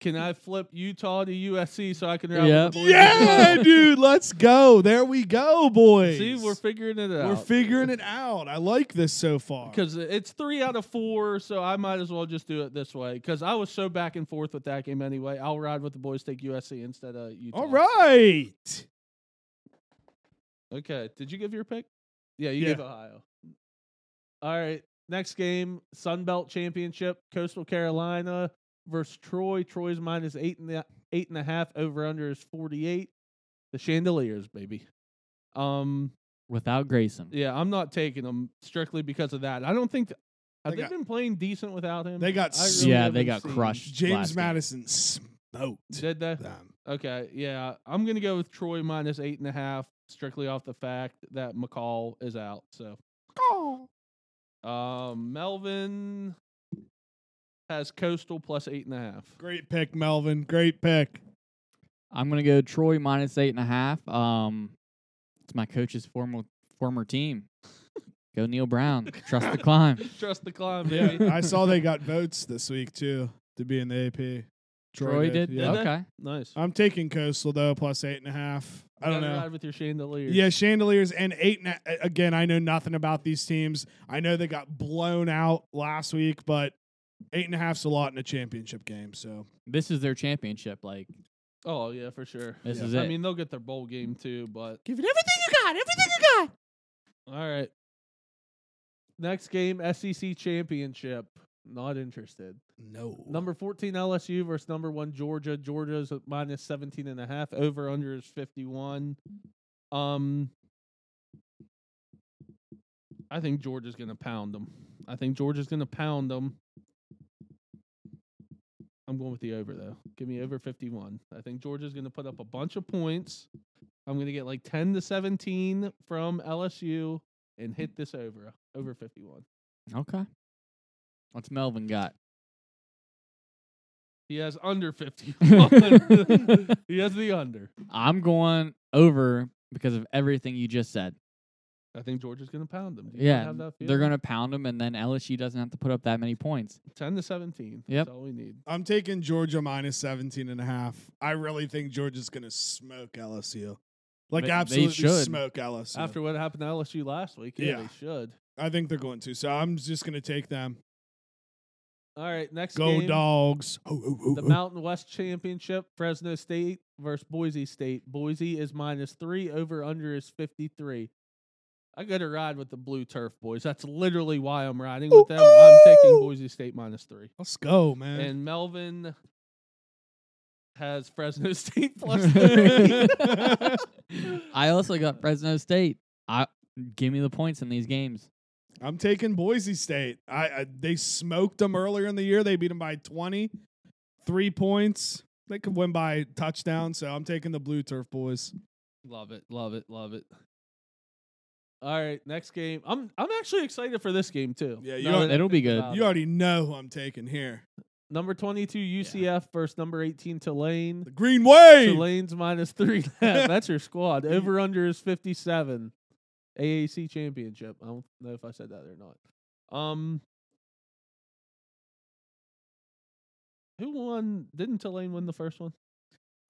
Speaker 1: Can I flip Utah to USC so I can ride
Speaker 2: Yep.
Speaker 1: with the boys?
Speaker 3: Yeah, dude. Let's go. There we go, boys.
Speaker 1: See, we're figuring it out.
Speaker 2: uh,
Speaker 3: we're figuring it out. I like this so far.
Speaker 1: because it's three out of four, so I might as well just do it this way. Because I was so back and forth with that game anyway. I'll ride with the boys, take USC instead of Utah.
Speaker 3: all right.
Speaker 1: Okay. Did you give your pick? Yeah, you
Speaker 3: Yeah.
Speaker 1: gave Ohio. All right. Next game, Sun Belt Championship, Coastal Carolina versus Troy. Troy's minus eight and a, eight and a half. Over under is forty eight. The Chandeliers, baby. Um.
Speaker 2: Without Grayson.
Speaker 1: Yeah, I'm not taking them strictly because of that. I don't think. th- have
Speaker 3: They
Speaker 1: they
Speaker 3: got-
Speaker 1: been playing decent without him?
Speaker 3: they got
Speaker 1: I
Speaker 3: s-
Speaker 2: Yeah, they
Speaker 1: haven't
Speaker 2: got crushed.
Speaker 3: James
Speaker 2: last game.
Speaker 3: Madison smoked
Speaker 1: Did they?
Speaker 3: them.
Speaker 1: Okay, yeah, I'm gonna go with Troy minus eight and a half, strictly off the fact that McCall is out. So, um, Melvin has Coastal plus eight and a half.
Speaker 3: Great pick, Melvin. Great pick.
Speaker 2: I'm gonna go Troy minus eight and a half. Um, it's my coach's former former team. go Neil Brown. Trust the climb.
Speaker 1: Trust the climb,
Speaker 3: Yeah,
Speaker 1: baby.
Speaker 3: I saw they got votes this week too to be in the AP.
Speaker 2: Troy, did.
Speaker 3: yeah.
Speaker 1: Did they?
Speaker 2: Okay.
Speaker 1: nice.
Speaker 3: I'm taking Coastal though plus eight and a half. I don't
Speaker 1: Gotta
Speaker 3: know.
Speaker 1: Ride with your chandelier.
Speaker 3: Yeah, chandeliers and eight. And a- again, I know nothing about these teams. I know they got blown out last week, but eight and a half's a lot in a championship game. So
Speaker 2: This is their championship. Like
Speaker 1: Oh yeah, for sure.
Speaker 2: this
Speaker 3: Yeah.
Speaker 2: is it.
Speaker 1: I mean, they'll get their bowl game too, but
Speaker 3: give it everything you got. Everything you got.
Speaker 1: all right. Next game, SEC championship. Not interested.
Speaker 3: No
Speaker 1: Number 14 LSU versus number 1 Georgia. Georgia's at minus 17 and a half. Over under is 51. Um I think Georgia's going to pound them. I think Georgia's going to pound them. I'm going with the over though. Give me over 51. I think Georgia's going to put up a bunch of points. I'm going to get like 10 to 17 from LSU and hit this over over 51.
Speaker 2: okay. What's Melvin got?
Speaker 1: He has under 51. he has the under.
Speaker 2: I'm going over because of everything you just said.
Speaker 1: I think Georgia's going to pound them. Do you
Speaker 2: Yeah,
Speaker 1: have that
Speaker 2: they're
Speaker 1: feeling?
Speaker 2: gonna pound them, and then LSU doesn't have to put up that many points.
Speaker 1: 10 to 17.
Speaker 2: Yep.
Speaker 1: That's all we need.
Speaker 3: I'm taking Georgia minus 17 and a half. I really think Georgia's going to smoke LSU. Like,
Speaker 2: They- they
Speaker 3: absolutely
Speaker 2: should.
Speaker 3: smoke LSU.
Speaker 1: After what happened to LSU last week, yeah,
Speaker 3: Yeah.
Speaker 1: they should.
Speaker 3: I think they're going to. So I'm just going to take them.
Speaker 1: All right, next
Speaker 3: Go
Speaker 1: game.
Speaker 3: dogs. Oh, oh, oh,
Speaker 1: The
Speaker 3: oh.
Speaker 1: Mountain West Championship, Fresno State versus Boise State. Boise is minus three, over under is 53. I got to ride with the Blue Turf boys. That's literally why I'm riding with them. I'm taking
Speaker 3: Ooh.
Speaker 1: Boise State minus three.
Speaker 3: Let's go, man.
Speaker 1: And Melvin has Fresno State plus three.
Speaker 2: I also got Fresno State. I give me the points in these games.
Speaker 3: I'm taking Boise State. I, I They smoked them earlier in the year. They beat them by 20, three points. They could win by touchdown. So I'm taking the Blue Turf boys.
Speaker 1: Love it, love it, love it. All right, next game. I'm I'm actually excited for this game too.
Speaker 3: Yeah, you
Speaker 1: Now
Speaker 3: are-
Speaker 1: that I
Speaker 2: It'll be
Speaker 1: think
Speaker 2: good.
Speaker 1: about
Speaker 3: You
Speaker 1: it.
Speaker 3: already know who I'm taking here.
Speaker 1: number twenty two UCF versus number eighteen Tulane.
Speaker 3: The Green Wave.
Speaker 1: Tulane's minus three. and a half. That's your squad. Over under is fifty seven. AAC championship. I don't know if I said that or not. Um, who won? Didn't Tulane win the first one?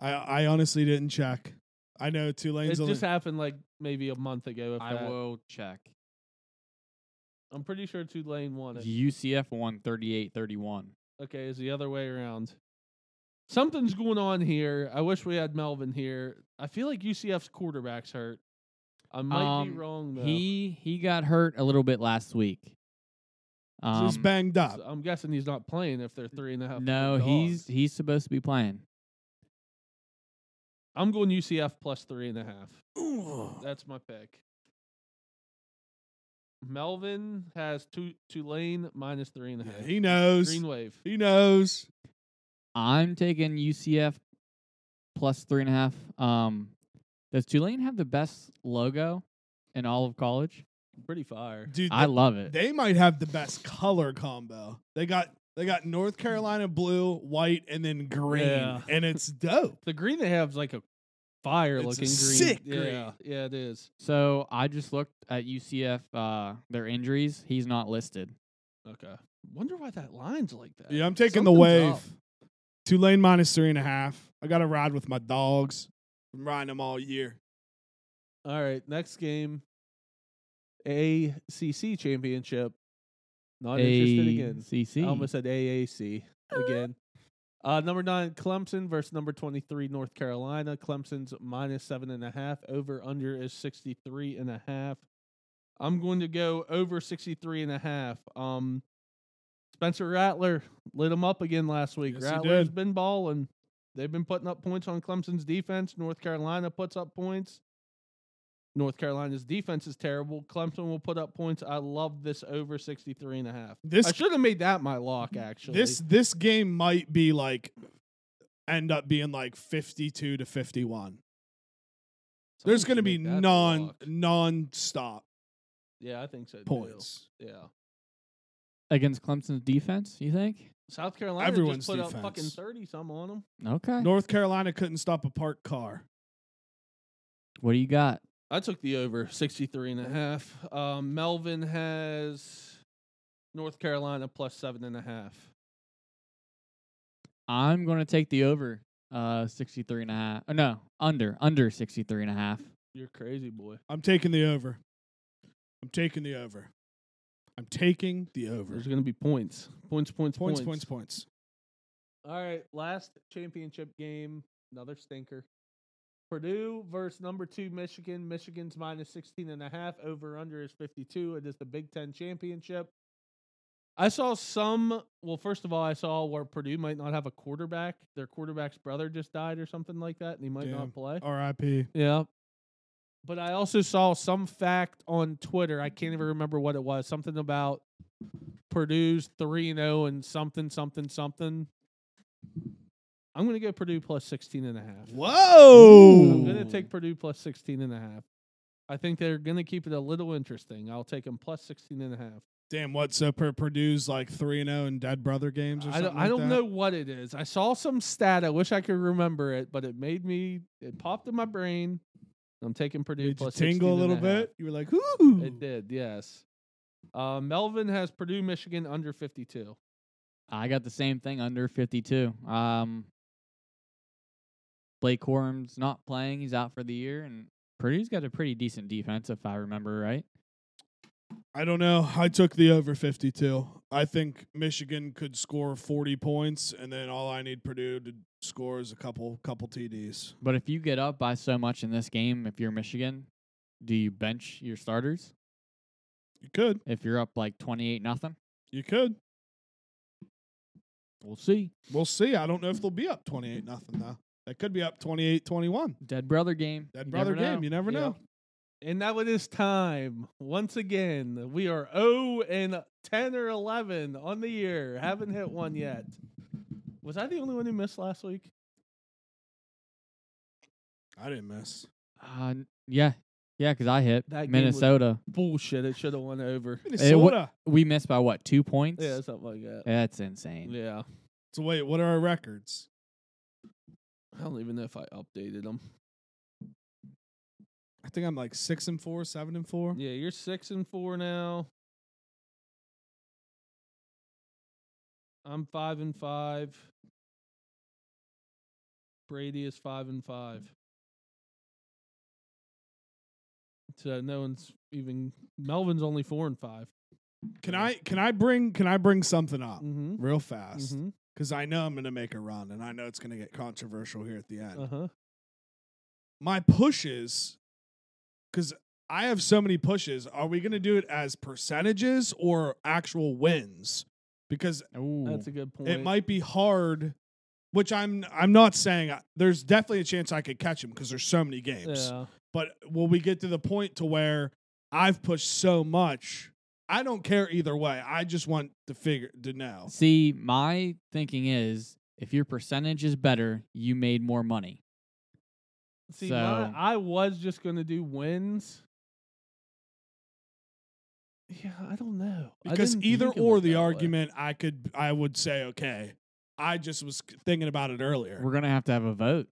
Speaker 3: I I honestly didn't check. I know
Speaker 1: It
Speaker 3: Tulane's only.
Speaker 1: just happened like maybe a month ago. If
Speaker 2: I
Speaker 1: that.
Speaker 2: will check.
Speaker 1: I'm pretty sure Tulane won it.
Speaker 2: UCF won 38-31.
Speaker 1: Okay, is the other way around. Something's going on here. I wish we had Melvin here. I feel like UCF's quarterback's hurt. I might be
Speaker 2: Um,
Speaker 1: wrong though.
Speaker 2: He he got hurt a little bit last week. Um,
Speaker 3: so he's banged
Speaker 1: So
Speaker 3: up.
Speaker 1: I'm guessing he's not playing if they're three and a half.
Speaker 2: no,
Speaker 1: point
Speaker 2: he's
Speaker 1: dogs.
Speaker 2: he's supposed to be playing.
Speaker 1: I'm going UCF plus three and a half. That's my pick. Melvin has two Tulane minus three and a
Speaker 3: Yeah,
Speaker 1: half.
Speaker 3: he knows.
Speaker 1: Green wave.
Speaker 3: He knows.
Speaker 2: I'm taking UCF plus three and a half. Um, does Tulane have the best logo in all of college?
Speaker 1: Pretty fire.
Speaker 3: Dude,
Speaker 2: I
Speaker 3: they,
Speaker 2: love it.
Speaker 3: they might have the best color combo. They got they got North Carolina blue, white, and then green,
Speaker 1: Yeah.
Speaker 3: and it's dope.
Speaker 1: The green they have is like a fire
Speaker 3: It's a
Speaker 1: looking green.
Speaker 3: sick green.
Speaker 1: Yeah, yeah, it is.
Speaker 2: so I just looked at UCF uh, their injuries. He's not listed.
Speaker 1: Okay. Wonder why that line's like that.
Speaker 3: Yeah, I'm taking the
Speaker 1: Something's
Speaker 3: wave.
Speaker 1: up.
Speaker 3: Tulane minus three and a half. I got to ride with my dogs. I'm riding them all year.
Speaker 1: All right, next game. ACC championship. Not interested again.
Speaker 2: ACC.
Speaker 1: I almost said AAC again. Uh, number nine, Clemson versus number 23, North Carolina. Clemson's minus seven and a half. Over under is 63 and a half. I'm going to go over 63 and a half. Um, Spencer Rattler lit him up again last week.
Speaker 3: Yes, he
Speaker 1: Rattler's
Speaker 3: did.
Speaker 1: been balling. They've been putting up points on Clemson's defense. North Carolina puts up points. North Carolina's defense is terrible. Clemson will put up points. I love this over 63 and a half. I
Speaker 3: This
Speaker 1: should have made that my lock actually.
Speaker 3: this this game might be like end up being like 52 to 51. There's going to be non non stop
Speaker 1: Yeah, I think so. too.
Speaker 3: points.
Speaker 1: Yeah.
Speaker 2: against Clemson's defense. You think?
Speaker 1: South Carolina
Speaker 3: Everyone's
Speaker 1: just put up fucking
Speaker 3: defense.
Speaker 1: 30 some on them.
Speaker 2: Okay.
Speaker 3: North Carolina couldn't stop a parked car.
Speaker 2: What do you got?
Speaker 1: I took the over 63 and a half. Um, Melvin has North Carolina plus seven and a half.
Speaker 2: I'm going to take the over uh 63 and a half. Oh, no, under under 63 and a half.
Speaker 1: You're crazy, boy.
Speaker 3: I'm taking the over. I'm taking the over. I'm taking the over.
Speaker 1: There's going to be points. Points, points,
Speaker 3: Points,
Speaker 1: points.
Speaker 3: points, points.
Speaker 1: All right. Last championship game. Another stinker. Purdue versus number two Michigan. Michigan's minus 16 and a half. Over under is 52. It is the Big Ten championship. I saw some. Well, first of all, I saw where Purdue might not have a quarterback. Their quarterback's brother just died or something like that, and he might
Speaker 3: Damn.
Speaker 1: not play.
Speaker 3: R.I.P.
Speaker 1: Yeah. But I also saw some fact on Twitter. I can't even remember what it was. Something about Purdue's 3 and 0 and something, something, something. I'm going to go Purdue plus 16 and a half.
Speaker 3: Whoa!
Speaker 1: I'm going to take Purdue plus 16 and a half. I think they're going to keep it a little interesting. I'll take them plus 16 and a half.
Speaker 3: Damn, what? So per Purdue's like 3 and 0 in Dead Brother games or
Speaker 1: I
Speaker 3: something?
Speaker 1: don't, I
Speaker 3: like
Speaker 1: don't
Speaker 3: that?
Speaker 1: know what it is. I saw some stat. I wish I could remember it, but it made me, it popped in my brain. I'm taking Purdue
Speaker 3: Did you
Speaker 1: plus
Speaker 3: tingle
Speaker 1: 16
Speaker 3: a
Speaker 1: and
Speaker 3: little
Speaker 1: half.
Speaker 3: bit? You were like, ooh.
Speaker 1: It did, yes. Uh, Melvin has Purdue, Michigan under 52.
Speaker 2: I got the same thing under 52. Um Blake Corum's not playing. He's out for the year and Purdue's got a pretty decent defense if I remember right.
Speaker 3: I don't know. I took the over 52. I think Michigan could score 40 points, and then all I need Purdue to score is a couple couple TDs.
Speaker 2: But if you get up by so much in this game if you're Michigan, do you bench your starters
Speaker 3: You could.
Speaker 2: if you're up like 28 nothing?
Speaker 3: You could.
Speaker 2: We'll see.
Speaker 3: We'll see. I don't know if they'll be up 28 nothing though. They could be up 28 21.
Speaker 2: Dead brother game.
Speaker 3: That
Speaker 2: You
Speaker 3: brother
Speaker 2: never know.
Speaker 3: game. You never
Speaker 1: Yeah.
Speaker 3: know.
Speaker 1: And now it is time. Once again, we are 0 and 10 or 11 on the year. Haven't hit one yet. Was I the only one who missed last week?
Speaker 3: I didn't miss.
Speaker 2: Uh, n- yeah, yeah, because I hit
Speaker 1: That game was-
Speaker 2: Minnesota.
Speaker 1: Bullshit. It should have won over.
Speaker 3: Minnesota.
Speaker 2: We missed by what two points?
Speaker 1: Yeah, something like that.
Speaker 2: that's insane.
Speaker 1: Yeah.
Speaker 3: so wait, what are our records?
Speaker 1: I don't even know if I updated them.
Speaker 3: I think I'm like six and four, seven and four.
Speaker 1: Yeah, you're six and four now. I'm five and five. Brady is five and five. So no one's even. Melvin's only four and 5
Speaker 3: Can I can I bring can I bring something up
Speaker 1: Mm-hmm.
Speaker 3: real fast?
Speaker 1: hmm
Speaker 3: Because I know I'm gonna make a run and I know it's gonna get controversial here at the end.
Speaker 1: Uh huh.
Speaker 3: My pushes, because I have so many pushes, are we gonna do it as percentages or actual wins? Because
Speaker 2: Ooh.
Speaker 1: That's a good point.
Speaker 3: it might be hard which i'm i'm not saying there's definitely a chance i could catch him because there's so many games
Speaker 1: Yeah.
Speaker 3: but will we get to the point to where i've pushed so much i don't care either way i just want to figure to know
Speaker 2: See, my thinking is if your percentage is better, you made more money.
Speaker 1: See, my,
Speaker 2: So-
Speaker 1: I was just gonna do wins. Yeah, I don't know. I
Speaker 3: because
Speaker 1: didn't
Speaker 3: either
Speaker 1: think of
Speaker 3: or
Speaker 1: it
Speaker 3: the
Speaker 1: that way.
Speaker 3: argument i could i would say okay i just was thinking about it earlier
Speaker 2: We're gonna have to have a vote.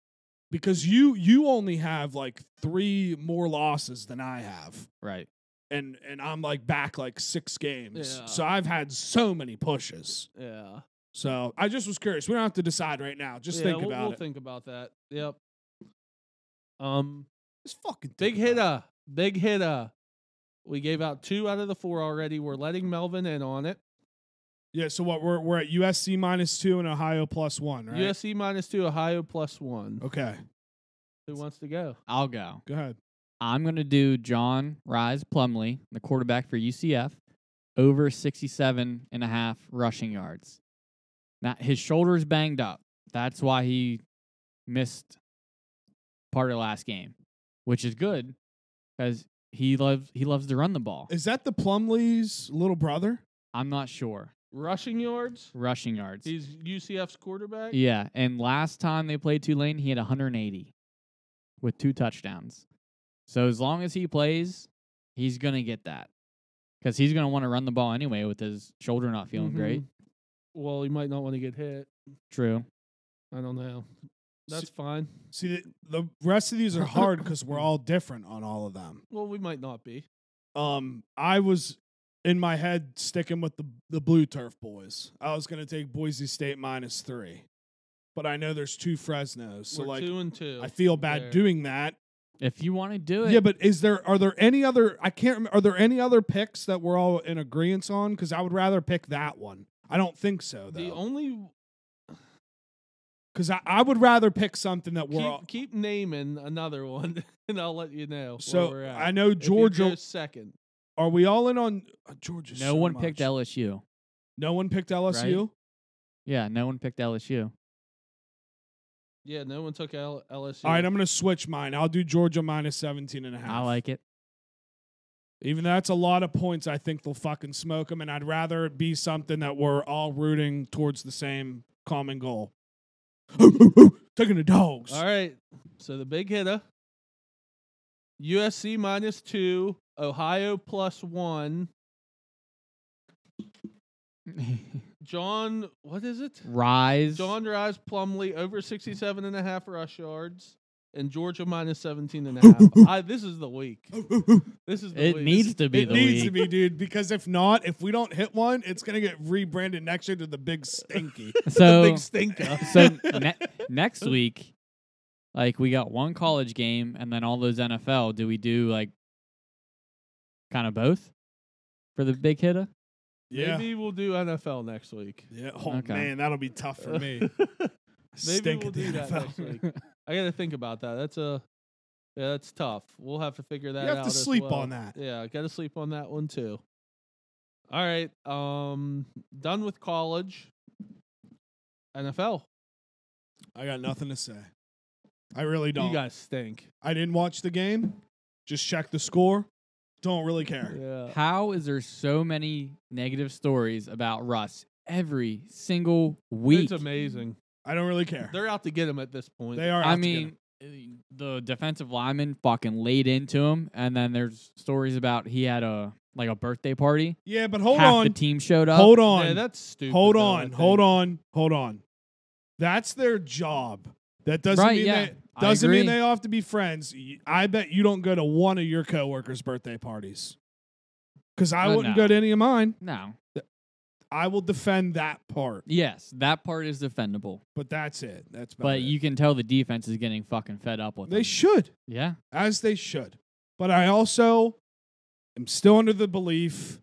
Speaker 3: because you you only have like three more losses than i have
Speaker 2: Right.
Speaker 3: and and i'm like back like six games
Speaker 1: Yeah.
Speaker 3: so i've had so many pushes
Speaker 1: Yeah.
Speaker 3: So I just was curious. We don't have to decide right now. Just
Speaker 1: yeah,
Speaker 3: think
Speaker 1: we'll,
Speaker 3: about
Speaker 1: we'll
Speaker 3: it.
Speaker 1: think about that. Yep. Um,
Speaker 3: Just fucking
Speaker 1: big
Speaker 3: think about
Speaker 1: hitter, big hitter. We gave out two out of the four already. We're letting Melvin in on it.
Speaker 3: it. Yeah. So what we're we're at USC minus two and Ohio plus one, right?
Speaker 1: USC minus two, Ohio plus one.
Speaker 3: Okay.
Speaker 1: Who wants to go?
Speaker 2: I'll go.
Speaker 3: Go ahead.
Speaker 2: I'm gonna do John Rise Plumley, the quarterback for UCF, over 67 and a half rushing yards. Now his shoulder's banged up. That's why he missed part of last game, which is good because he loves he loves to run the ball.
Speaker 3: Is that the Plumlee's little brother?
Speaker 2: I'm not sure
Speaker 1: Rushing yards.
Speaker 2: rushing yards.
Speaker 1: He's UCF's quarterback.
Speaker 2: Yeah, and last time they played Tulane, he had 180 with two touchdowns. So as long as he plays, he's gonna get that because he's gonna want to run the ball anyway with his shoulder not feeling
Speaker 3: Mm-hmm.
Speaker 1: Mhm.
Speaker 2: great.
Speaker 1: Well, he might not want to get hit.
Speaker 2: True.
Speaker 1: I don't know. That's
Speaker 3: S-
Speaker 1: fine.
Speaker 3: See, the, the rest of these are hard because we're all different on all of them.
Speaker 1: Well, we might not be.
Speaker 3: Um, I was in my head sticking with the the blue turf boys. I was gonna take Boise State minus three, but I know there's two Fresnos, so
Speaker 1: We're
Speaker 3: like
Speaker 1: two and two.
Speaker 3: I feel bad
Speaker 1: there.
Speaker 3: doing that.
Speaker 2: If you want to do it,
Speaker 3: Yeah, but is there are there any other I can't remember are there any other picks that we're all in agreement on? Because I would rather pick that one. I don't think so
Speaker 1: the
Speaker 3: though.
Speaker 1: only
Speaker 3: Because I, I would rather pick something that we're all
Speaker 1: keep, keep naming another one, and I'll let you know. where
Speaker 3: so
Speaker 1: we're at.
Speaker 3: I know
Speaker 1: If you
Speaker 3: Georgia
Speaker 1: go second.
Speaker 3: are we all in on uh, Georgia?
Speaker 2: no
Speaker 3: so
Speaker 2: one
Speaker 3: much.
Speaker 2: picked LSU.
Speaker 3: No one picked LSU?
Speaker 2: Yeah, no one picked LSU.
Speaker 1: Yeah, no one took L- LSU.
Speaker 3: All right, I'm gonna switch mine. I'll do Georgia minus 17 and a half.
Speaker 2: I like it.
Speaker 3: Even though that's a lot of points, I think they'll fucking smoke them, and I'd rather it be something that we're all rooting towards the same common goal. Taking the dogs.
Speaker 1: All right. So the big hitter USC minus two, Ohio plus one. John, what is it?
Speaker 2: Rise.
Speaker 1: John Rise Plumley over 67 and a half rush yards. And Georgia minus 17 and a half. I, this is the week. This is the
Speaker 2: it
Speaker 1: week.
Speaker 2: needs to be
Speaker 3: it
Speaker 2: the
Speaker 3: needs
Speaker 2: week.
Speaker 3: to be, dude, because if not, if we don't hit one, it's gonna get rebranded next year to the big stinky.
Speaker 2: so
Speaker 1: the big stinker.
Speaker 2: so ne- next week, like we got one college game and then all those NFL. Do we do like kind of both for the big hitter?
Speaker 3: yeah.
Speaker 1: Maybe we'll do NFL next week.
Speaker 3: Yeah. Oh
Speaker 2: Okay.
Speaker 3: man, that'll be tough for me. Stink
Speaker 1: we'll
Speaker 3: at the
Speaker 1: do that
Speaker 3: NFL.
Speaker 1: next week. I got to think about that. That's a yeah, that's tough. We'll have to figure that out.
Speaker 3: have to
Speaker 1: as
Speaker 3: sleep
Speaker 1: well.
Speaker 3: on that.
Speaker 1: Yeah, got to sleep on that one too. All right, um, done with college. NFL,
Speaker 3: I got nothing to say. I really don't.
Speaker 1: you guys stink.
Speaker 3: I didn't watch the game. Just check the score. Don't really care.
Speaker 1: Yeah,
Speaker 2: How is there so many negative stories about Russ every single week?
Speaker 1: it's amazing.
Speaker 3: I don't really care.
Speaker 1: They're out to get him at this point.
Speaker 3: They are. out
Speaker 2: I
Speaker 3: to get
Speaker 2: mean,
Speaker 3: him.
Speaker 2: uh, the defensive lineman fucking laid into him, and then there's stories about he had a like a birthday party.
Speaker 3: yeah, but hold
Speaker 2: Half the
Speaker 3: on.
Speaker 2: team showed up.
Speaker 3: Hold
Speaker 1: Yeah,
Speaker 3: on.
Speaker 1: that's stupid.
Speaker 3: hold
Speaker 1: though, I
Speaker 3: on.
Speaker 1: think.
Speaker 3: Hold on. Hold on. That's their job. That doesn't
Speaker 2: Right,
Speaker 3: mean
Speaker 2: yeah.
Speaker 3: that
Speaker 2: I
Speaker 3: Doesn't mean
Speaker 2: agree.
Speaker 3: they all have to be friends. Y- I bet you don't go to one of your coworkers' birthday parties. Because I
Speaker 2: Uh,
Speaker 3: wouldn't
Speaker 2: no.
Speaker 3: go to any of mine.
Speaker 2: No.
Speaker 3: I will defend that part,
Speaker 2: Yes, that part is defendable,
Speaker 3: but that's it. That's about
Speaker 2: but
Speaker 3: it.
Speaker 2: you can tell the defense is getting fucking fed up with
Speaker 3: They
Speaker 2: them.
Speaker 3: should,
Speaker 2: yeah.
Speaker 3: as they should. But I also am still under the belief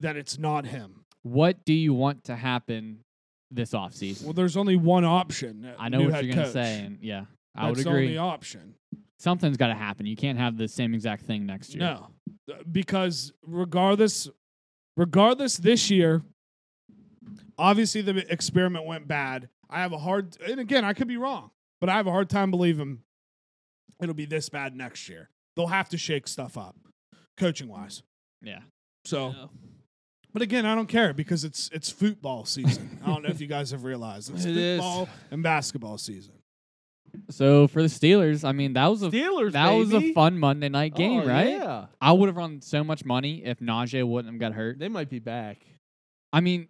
Speaker 3: that it's not him.
Speaker 2: What do you want to happen this offseason?
Speaker 3: Well, there's only one option. uh,
Speaker 2: I know
Speaker 3: new
Speaker 2: what
Speaker 3: head
Speaker 2: you're going to
Speaker 3: coach.
Speaker 2: say, and yeah, I
Speaker 3: that's
Speaker 2: would
Speaker 3: the
Speaker 2: agree.
Speaker 3: only option.
Speaker 2: Something's got to happen. You can't have the same exact thing next year.
Speaker 3: No, Uh, because regardless, regardless, this year, obviously the experiment went bad. I have a hard, and again, I could be wrong, but I have a hard time believing it'll be this bad next year. They'll have to shake stuff up, coaching wise.
Speaker 2: Yeah.
Speaker 3: So, but again, I don't care because it's it's football season. I don't know if you guys have realized it's
Speaker 1: It is.
Speaker 3: football and basketball season.
Speaker 2: So for the Steelers, I mean, that was a
Speaker 1: Steelers.
Speaker 2: that was a
Speaker 1: baby.
Speaker 2: fun Monday night game,
Speaker 1: Oh,
Speaker 2: right?
Speaker 1: Yeah,
Speaker 2: I would have run so much money if Najee wouldn't have got hurt.
Speaker 1: they might be back.
Speaker 2: I mean,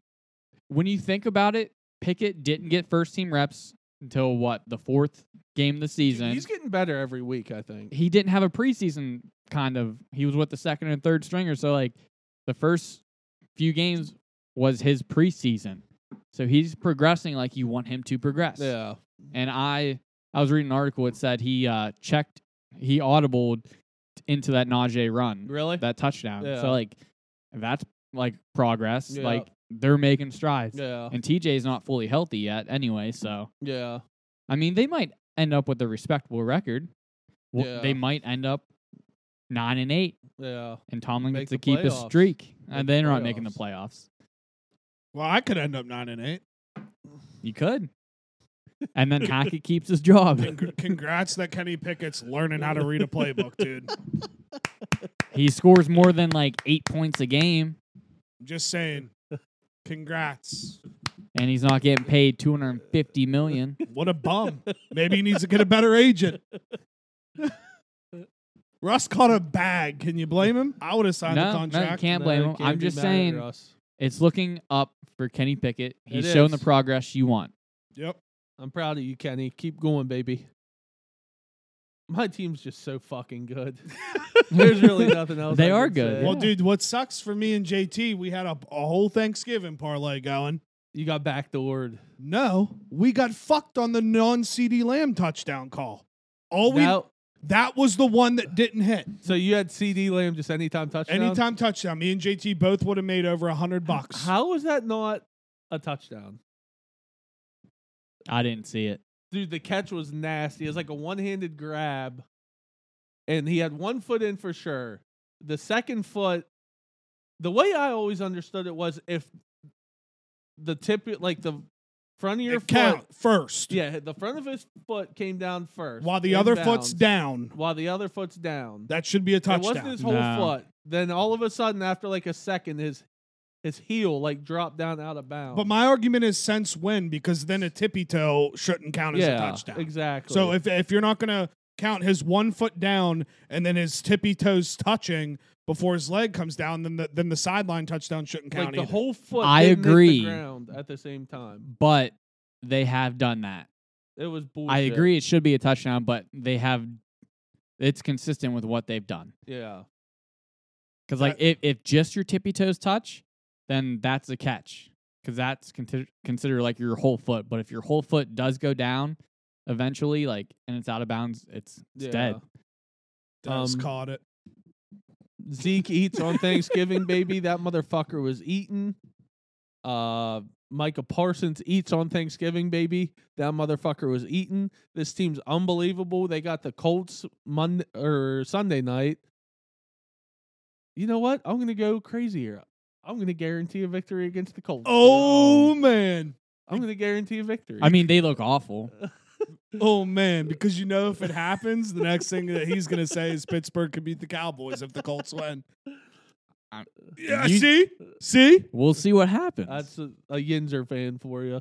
Speaker 2: when you think about it, Pickett didn't get first team reps until what the fourth game of the season.
Speaker 1: He's getting better every week. I think.
Speaker 2: he didn't have a preseason kind of. He was with the second and third stringer, so like the first few games was his preseason. So he's progressing like you want him to progress.
Speaker 1: Yeah.
Speaker 2: and I I was reading an article that said he uh, checked he audibled into that Najee run
Speaker 1: Really?
Speaker 2: that touchdown.
Speaker 1: Yeah.
Speaker 2: So like that's like progress.
Speaker 1: Yeah.
Speaker 2: Like they're making strides.
Speaker 1: yeah.
Speaker 2: And TJ's not fully healthy yet anyway, so
Speaker 1: Yeah.
Speaker 2: I mean they might end up with a respectable record. W-
Speaker 1: Yeah.
Speaker 2: They might end up 9 and 8
Speaker 1: Yeah.
Speaker 2: and Tomlin
Speaker 1: Make
Speaker 2: gets
Speaker 1: the
Speaker 2: to keep his
Speaker 1: playoffs.
Speaker 2: streak.
Speaker 1: Make
Speaker 2: And
Speaker 1: the
Speaker 2: they're not making the playoffs.
Speaker 3: Well, I could end up nine and eight.
Speaker 2: You could. And then Hackett keeps his job.
Speaker 3: Congr- Congrats that Kenny Pickett's learning how to read a playbook, dude.
Speaker 2: He scores more than like 8 points a game.
Speaker 3: I'm just saying. Congrats.
Speaker 2: and he's not getting paid 250 million.
Speaker 3: What a bum. Maybe he needs to get a better agent. Russ caught a bag. Can you blame him? I would have signed the
Speaker 2: no, no, you
Speaker 3: contract.
Speaker 2: can't
Speaker 1: No,
Speaker 2: blame
Speaker 1: you
Speaker 2: him.
Speaker 1: can't
Speaker 2: I'm
Speaker 1: be
Speaker 2: just
Speaker 1: mad at
Speaker 2: saying
Speaker 1: Russ.
Speaker 2: it's looking up for Kenny Pickett. He's
Speaker 1: It
Speaker 2: showing the
Speaker 1: is.
Speaker 2: progress you want.
Speaker 3: Yep.
Speaker 1: I'm proud of you, Kenny. Keep going, baby. My team's just so fucking good. There's really nothing else.
Speaker 2: They
Speaker 1: I
Speaker 2: are
Speaker 1: can
Speaker 2: good.
Speaker 1: say.
Speaker 3: Well,
Speaker 2: Yeah.
Speaker 3: dude, what sucks for me and JT, we had a, a whole Thanksgiving parlay going.
Speaker 1: you got backdoored.
Speaker 3: No, we got fucked on the non CD Lamb touchdown call. All we
Speaker 1: Now-
Speaker 3: that was the one that didn't hit.
Speaker 1: so you had CD Lamb just anytime touchdown.
Speaker 3: Anytime touchdown, me and JT both would have made over a hundred bucks.
Speaker 1: How was that not a touchdown?
Speaker 2: I didn't see it.
Speaker 1: Dude, the catch was nasty. It was like a one-handed grab, and he had one foot in for sure. The second foot, the way I always understood it was if the tip, like the front of your
Speaker 3: It
Speaker 1: foot,
Speaker 3: count first.
Speaker 1: yeah, the front of his foot came down first,
Speaker 3: While the
Speaker 1: in
Speaker 3: other
Speaker 1: bounds,
Speaker 3: foot's down,
Speaker 1: while the other foot's down.
Speaker 3: that should be a
Speaker 1: It wasn't
Speaker 3: touchdown.
Speaker 1: his whole
Speaker 2: No.
Speaker 1: foot. Then all of a sudden, after like a second, his his heel like dropped down out of bounds.
Speaker 3: But my argument is since when? Because then a tippy toe shouldn't count as
Speaker 1: yeah,
Speaker 3: a touchdown.
Speaker 1: exactly.
Speaker 3: So if if you're not gonna count his one foot down and then his tippy toes touching before his leg comes down, then the then the sideline touchdown shouldn't count.
Speaker 1: like the
Speaker 3: either.
Speaker 1: whole foot,
Speaker 2: I
Speaker 1: didn't hit the
Speaker 2: agree.
Speaker 1: ground at the same time,
Speaker 2: But they have done that.
Speaker 1: it was bullshit.
Speaker 2: I agree it should be a touchdown, but they have it's consistent with what they've done.
Speaker 1: Yeah,
Speaker 2: Cuz like
Speaker 3: Uh,
Speaker 2: if if just your tippy toes touch, then that's a catch. Cuz that's consider, considered like your whole foot, but if your whole foot does go down eventually like and it's out of bounds, it's, it's
Speaker 1: yeah.
Speaker 2: dead.
Speaker 3: Dez
Speaker 1: um,
Speaker 3: caught it.
Speaker 1: Zeke eats on Thanksgiving, baby. That motherfucker was eating. Uh, Micah Parsons eats on Thanksgiving, baby. That motherfucker was eating. This team's unbelievable. They got the Colts Monday or Sunday night. You know what? I'm gonna go crazier. I'm gonna guarantee a victory against the Colts.
Speaker 3: Oh man.
Speaker 1: I'm gonna guarantee a victory.
Speaker 2: I mean, they look awful.
Speaker 3: Oh man, because you know if it happens, the next thing that he's gonna say is Pittsburgh could beat the Cowboys if the Colts win.
Speaker 2: I'm-
Speaker 3: Yeah,
Speaker 2: you-
Speaker 3: see, see,
Speaker 2: We'll see what happens.
Speaker 1: That's a, a Yinzer fan for you.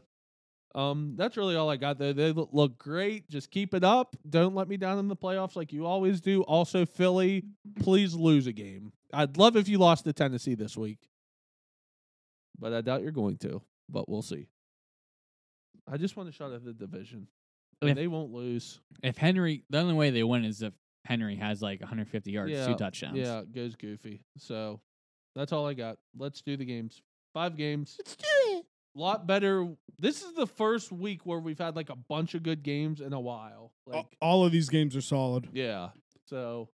Speaker 1: Um, that's really all I got there. They lo- look great. Just keep it up. Don't let me down in the playoffs like you always do. Also, Philly, please lose a game. I'd love if you lost to Tennessee this week, but I doubt you're going to. But we'll see. I just want to shut at the division. and
Speaker 2: If-
Speaker 1: they won't lose.
Speaker 2: If Henry, the only way they win is if Henry has like 150 yards,
Speaker 1: Yeah,
Speaker 2: two touchdowns.
Speaker 1: Yeah, it goes goofy. So that's all I got. Let's do the games. Five games. Let's do it. Lot better. This is the first week where we've had like a bunch of good games in a while.
Speaker 3: A-
Speaker 1: Like,
Speaker 3: all of these games are solid.
Speaker 1: yeah. So,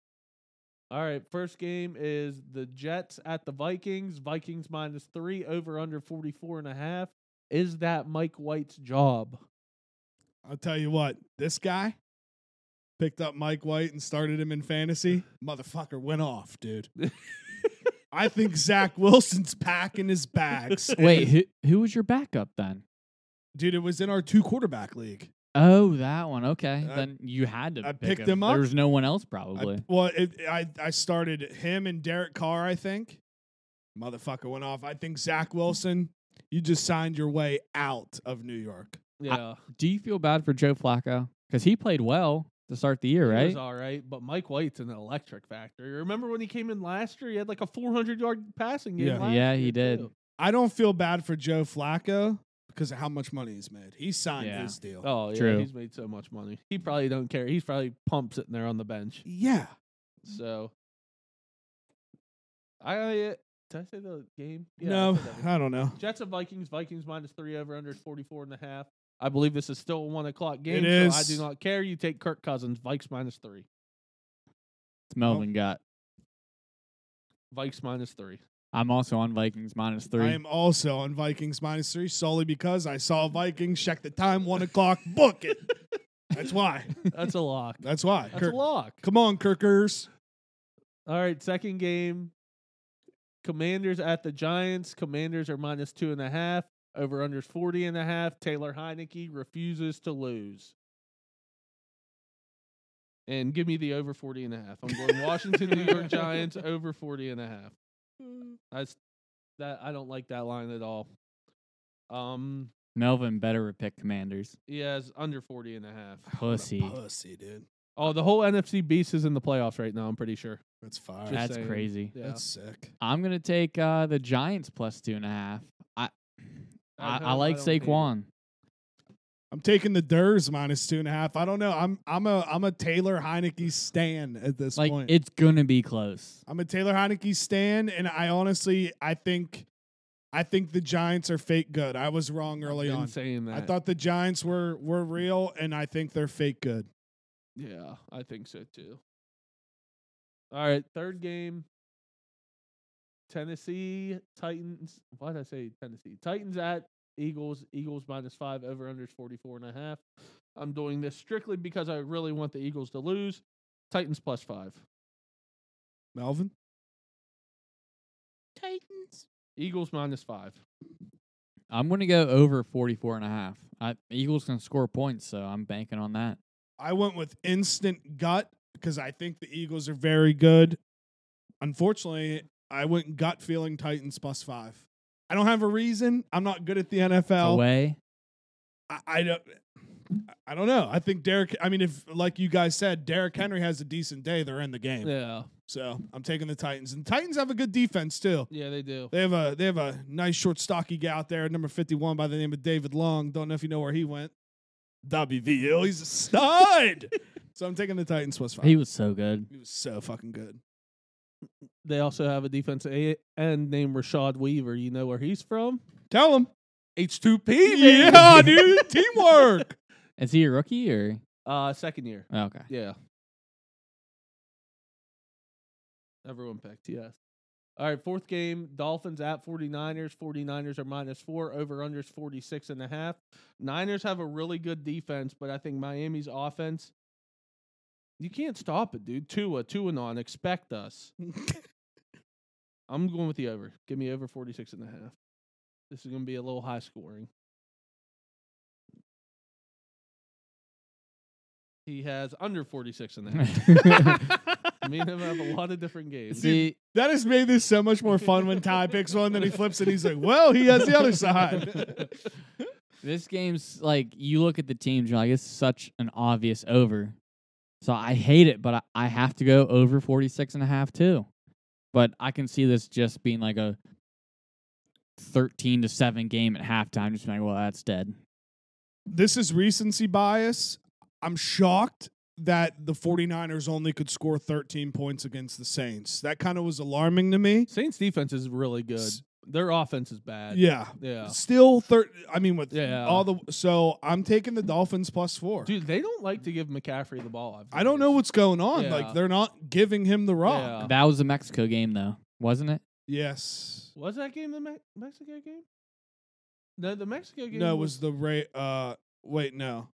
Speaker 1: all right. First game is the Jets at the Vikings. Vikings minus three over under 44 and a half. Is that Mike White's job?
Speaker 3: I'll tell you what, this guy picked up Mike White and started him in fantasy. Motherfucker went off, dude. I think Zach Wilson's packing his bags.
Speaker 2: Wait, who who was your backup then?
Speaker 3: dude, it was in our two quarterback league.
Speaker 2: Oh, that one. Okay,
Speaker 3: I-
Speaker 2: then you had to.
Speaker 3: I
Speaker 2: pick
Speaker 3: picked
Speaker 2: him.
Speaker 3: him up.
Speaker 2: There was no one else
Speaker 3: I,
Speaker 2: probably.
Speaker 3: well, it, I I started him and Derek Carr. I think motherfucker went off. I think Zach Wilson. You just signed your way out of New York.
Speaker 1: Yeah.
Speaker 2: Do you feel bad for Joe Flacco because he played well to start the year,
Speaker 1: He
Speaker 2: right?
Speaker 1: was all right, but Mike White's an electric factor. Remember when he came in last year? He had like a 400 yard passing game.
Speaker 3: Yeah.
Speaker 1: last
Speaker 2: Yeah,
Speaker 1: year,
Speaker 2: he did.
Speaker 1: too.
Speaker 3: I don't feel bad for Joe Flacco because of how much money he's made. He signed
Speaker 2: Yeah.
Speaker 3: his deal.
Speaker 1: Oh yeah,
Speaker 2: True.
Speaker 1: he's made so much money. He probably don't care. He's probably pumped sitting there on the bench.
Speaker 3: Yeah,
Speaker 1: So I uh, did I say the game? Yeah, I
Speaker 3: no,
Speaker 1: said that game.
Speaker 3: I don't know.
Speaker 1: Jets and Vikings. Vikings minus three over under 44 and a half. I believe this is still a one o'clock game. So I
Speaker 3: is.
Speaker 1: do not care. You take Kirk Cousins. Vikes minus three.
Speaker 2: Melvin got.
Speaker 1: Vikes minus three.
Speaker 2: I'm also on Vikings minus three.
Speaker 3: I am also on Vikings minus three solely because I saw Vikings check the time one o'clock. Book it. That's why.
Speaker 1: That's a lock.
Speaker 3: That's why.
Speaker 1: That's
Speaker 3: Kirk-
Speaker 1: a lock.
Speaker 3: Come on, Kirkers.
Speaker 1: All right, second game. Commanders at the Giants. Commanders are minus two and a half. Over unders 40 and a half. Taylor Heineke refuses to lose. And give me the over 40 and a half. I'm going Washington, New York Giants over 40 and a half. That's that I don't like that line at all. Um
Speaker 2: Melvin better pick Commanders.
Speaker 1: he has under 40 and a half.
Speaker 2: Pussy.
Speaker 3: What a pussy, dude.
Speaker 1: Oh, the whole NFC beast is in the playoffs right now, I'm pretty sure.
Speaker 3: That's fire.
Speaker 1: Just
Speaker 2: That's
Speaker 1: saying.
Speaker 2: crazy.
Speaker 1: Yeah.
Speaker 3: That's sick.
Speaker 2: I'm gonna take uh, the Giants plus two and a half. I I, I
Speaker 1: don't-
Speaker 2: like
Speaker 1: don't hate it.
Speaker 2: Saquon.
Speaker 3: I'm taking the Durs minus two and a half. I don't know. I'm I'm a I'm a Taylor Heineke stan at this
Speaker 2: Like
Speaker 3: point.
Speaker 2: it's gonna be close.
Speaker 3: I'm a Taylor Heineke stan, and I honestly I think I think the Giants are fake good. I was wrong early
Speaker 1: Been
Speaker 3: on.
Speaker 1: saying that.
Speaker 3: I thought the Giants were were real, and I think they're fake good.
Speaker 1: Yeah, I think so too. All right, third game. Tennessee Titans. Why did I say Tennessee? Titans at Eagles. Eagles minus five. Over unders 44 and a half. I'm doing this strictly because I really want the Eagles to lose. Titans plus five.
Speaker 3: Melvin,
Speaker 1: Eagles minus five.
Speaker 2: I'm gonna go over 44 and a half. I, Eagles can score points, so I'm banking on that.
Speaker 3: I went with instant gut because I think the Eagles are very good. Unfortunately, I went gut feeling Titans plus five. I don't have a reason. I'm not good at the NFL.
Speaker 2: Away.
Speaker 3: I, I don't. I don't know. I think Derek. I mean, if like you guys said, Derrick Henry has a decent day, they're in the game.
Speaker 1: Yeah,
Speaker 3: So I'm taking the Titans, and Titans have a good defense too.
Speaker 1: yeah, they do.
Speaker 3: They have a they have a nice short stocky guy out there, number 51 by the name of David Long. Don't know if you know where he went. WVU, he's a stud. so I'm taking the Titans plus five.
Speaker 2: He was so good.
Speaker 3: He was so fucking good.
Speaker 1: They also have a defensive a- end named Rashad Weaver. You know where he's from?
Speaker 3: Tell him.
Speaker 1: H2P.
Speaker 3: Yeah, dude. Teamwork.
Speaker 2: Is he a rookie or
Speaker 1: Uh, second year.
Speaker 2: oh, okay?
Speaker 1: Yeah. Everyone picked, yes. All right, fourth game, Dolphins at 49ers. 49ers are minus four, over unders 46 and a half. Niners have a really good defense, but I think Miami's offense, you can't stop it, dude. Tua, Tua non, expect us. I'm going with the over. Give me over 46 and a half. This is going to be a little high scoring. He has under 46 and a half. Me and him have a lot of different games.
Speaker 2: See,
Speaker 3: That has made this so much more fun when Ty picks one, then he flips it. He's like, well, he has the other side.
Speaker 2: this game's like you look at the teams, you're like, it's such an obvious over. So I hate it, but I, I have to go over 46 and a half too. But I can see this just being like a 13 to 7 game at halftime. Just being like, well, that's dead.
Speaker 3: this is recency bias. I'm shocked that the 49ers only could score 13 points against the Saints. That kind of was alarming to me.
Speaker 1: Saints defense is really good.
Speaker 3: S-
Speaker 1: Their offense is bad.
Speaker 3: Yeah.
Speaker 1: Yeah.
Speaker 3: Still thir- I mean with
Speaker 1: Yeah.
Speaker 3: all the so I'm taking the Dolphins plus 4.
Speaker 1: Dude, they don't like to give McCaffrey the ball. I've
Speaker 3: I don't know
Speaker 1: noticed.
Speaker 3: what's going on.
Speaker 1: Yeah.
Speaker 3: Like they're not giving him the rock.
Speaker 1: Yeah.
Speaker 2: That was the Mexico game, though, wasn't it?
Speaker 3: Yes.
Speaker 1: Was that game the Me- Mexico game? No, the Mexico game.
Speaker 3: No, it was the Ra- uh wait, no.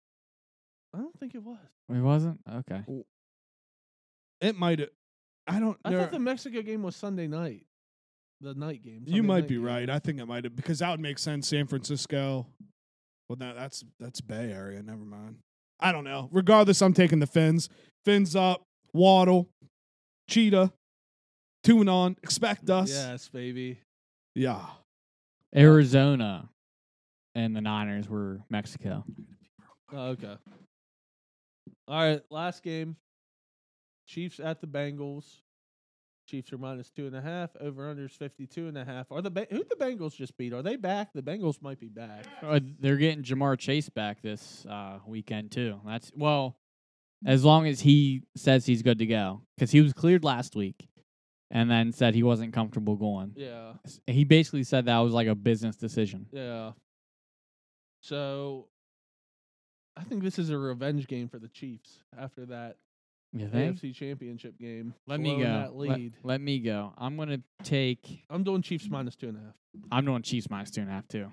Speaker 1: I don't think it was.
Speaker 2: It wasn't. Okay.
Speaker 3: It might have I don't
Speaker 1: I
Speaker 3: know.
Speaker 1: thought the Mexico game was Sunday night, the night game. Sunday
Speaker 3: you might
Speaker 1: night
Speaker 3: be
Speaker 1: game.
Speaker 3: right. I think it might have because that would make sense. San Francisco. Well, no, that's that's Bay Area. Never mind. I don't know. Regardless, I'm taking the Fins. Fins up. Waddle. Cheetah. Tune on. Expect us.
Speaker 1: Yes, baby.
Speaker 3: Yeah.
Speaker 2: Arizona and the Niners were Mexico.
Speaker 1: Oh, okay. All right, last game. Chiefs at the Bengals. Chiefs are minus two and a half. Over under is fifty two and a half. Are the ba- who the Bengals just beat? Are they back? The Bengals might be back.
Speaker 2: Uh, they're getting Jamar Chase back this uh, weekend too. That's well, as long as he says he's good to go, because he was cleared last week, and then said he wasn't comfortable going.
Speaker 1: Yeah,
Speaker 2: S- He basically said that was like a business decision.
Speaker 1: yeah. So, I think this is a revenge game for the Chiefs after that
Speaker 2: You think?
Speaker 1: AFC Championship game.
Speaker 2: Let me
Speaker 1: blowing
Speaker 2: go.
Speaker 1: That
Speaker 2: Let-
Speaker 1: lead.
Speaker 2: Let, me go. I'm gonna take.
Speaker 1: I'm doing Chiefs
Speaker 3: Mm.
Speaker 1: minus two and a half.
Speaker 2: I'm doing Chiefs minus two and a half too.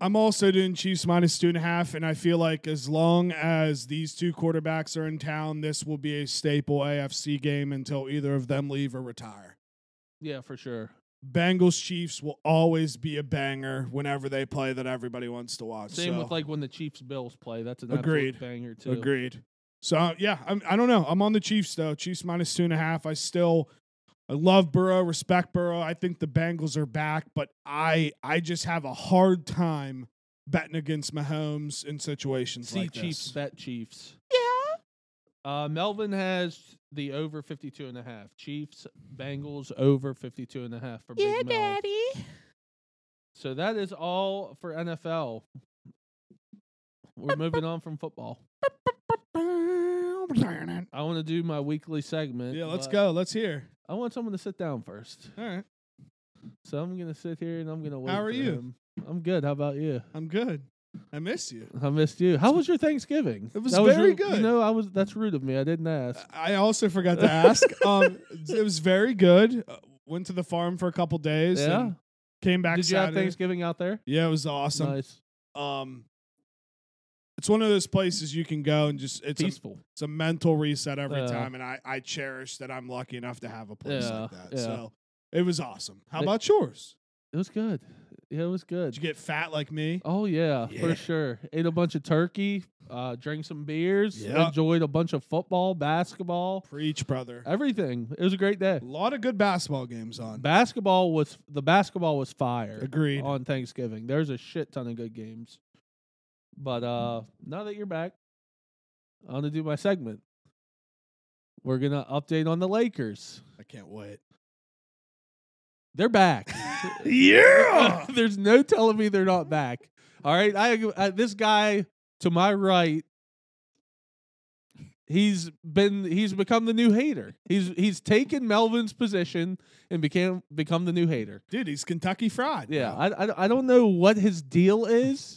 Speaker 3: I'm also doing Chiefs minus two and a half, and I feel like as long as these two quarterbacks are in town, this will be a staple AFC game until either of them leave or retire.
Speaker 1: Yeah, for sure.
Speaker 3: Bengals Chiefs will always be a banger whenever they play that everybody wants to watch.
Speaker 1: Same
Speaker 3: so.
Speaker 1: with like when the Chiefs Bills play. That's an
Speaker 3: Agreed.
Speaker 1: absolute banger too.
Speaker 3: Agreed. So uh, yeah, I'm, I don't know. I'm on the Chiefs though. Chiefs minus two and a half. I still, I love Burrow, respect Burrow. I think the Bengals are back, but I I just have a hard time betting against Mahomes in situations
Speaker 1: See
Speaker 3: like
Speaker 1: Chiefs,
Speaker 3: this.
Speaker 1: bet Chiefs. Yeah. Uh, Melvin has the over 52 and a half. Chiefs, Bengals over 52 and a half for Big Mel. So that is all for NFL. We're moving on from football. I want to do my weekly segment.
Speaker 3: Yeah, let's
Speaker 1: but
Speaker 3: go. Let's hear.
Speaker 1: I want someone to sit down first.
Speaker 3: All right,
Speaker 1: So I'm going to sit here and I'm going to wait.
Speaker 3: How are
Speaker 1: for
Speaker 3: you?
Speaker 1: him. I'm good. How about you?
Speaker 3: I'm good. I miss you.
Speaker 1: I missed you. How was your Thanksgiving?
Speaker 3: It was
Speaker 1: That
Speaker 3: very
Speaker 1: ru-
Speaker 3: good. Uh,
Speaker 1: You know, I was. That's rude of me. I didn't ask.
Speaker 3: I also forgot to ask. um, it was very good. Uh, Went to the farm for a couple days.
Speaker 1: Yeah?
Speaker 3: and came back.
Speaker 1: Did you have
Speaker 3: Saturday.
Speaker 1: Thanksgiving out there?
Speaker 3: Yeah, it was awesome.
Speaker 1: Nice,
Speaker 3: um it's one of those places you can go and just it's a,
Speaker 1: peaceful.
Speaker 3: it's a mental reset every
Speaker 1: Yeah.
Speaker 3: time and I, I cherish that I'm lucky enough to have a place like
Speaker 1: Yeah,
Speaker 3: that.
Speaker 1: yeah.
Speaker 3: So it was awesome. How
Speaker 1: They-
Speaker 3: about yours?
Speaker 1: It was good. Yeah, it was good.
Speaker 3: Did you get fat like me?
Speaker 1: Oh yeah,
Speaker 3: Yeah.
Speaker 1: for sure. Ate a bunch of turkey, uh, drank some beers,
Speaker 3: Yeah.
Speaker 1: enjoyed a bunch of football, basketball,
Speaker 3: Preach, brother.
Speaker 1: everything. It was a great day.
Speaker 3: A lot of good basketball games on.
Speaker 1: Basketball was the basketball was fire.
Speaker 3: Agreed.
Speaker 1: On Thanksgiving, there's a shit ton of good games. But uh now that you're back, I'm gonna do my segment. We're gonna update on the Lakers.
Speaker 3: I can't wait.
Speaker 1: They're back.
Speaker 3: yeah.
Speaker 1: There's no telling me they're not back. All right. I, I this guy to my right. He's been he's become the new hater. He's he's taken Melvin's position and became become the new hater.
Speaker 3: Dude, he's Kentucky fried.
Speaker 1: Yeah,
Speaker 3: bro.
Speaker 1: I, I I don't know what his deal is,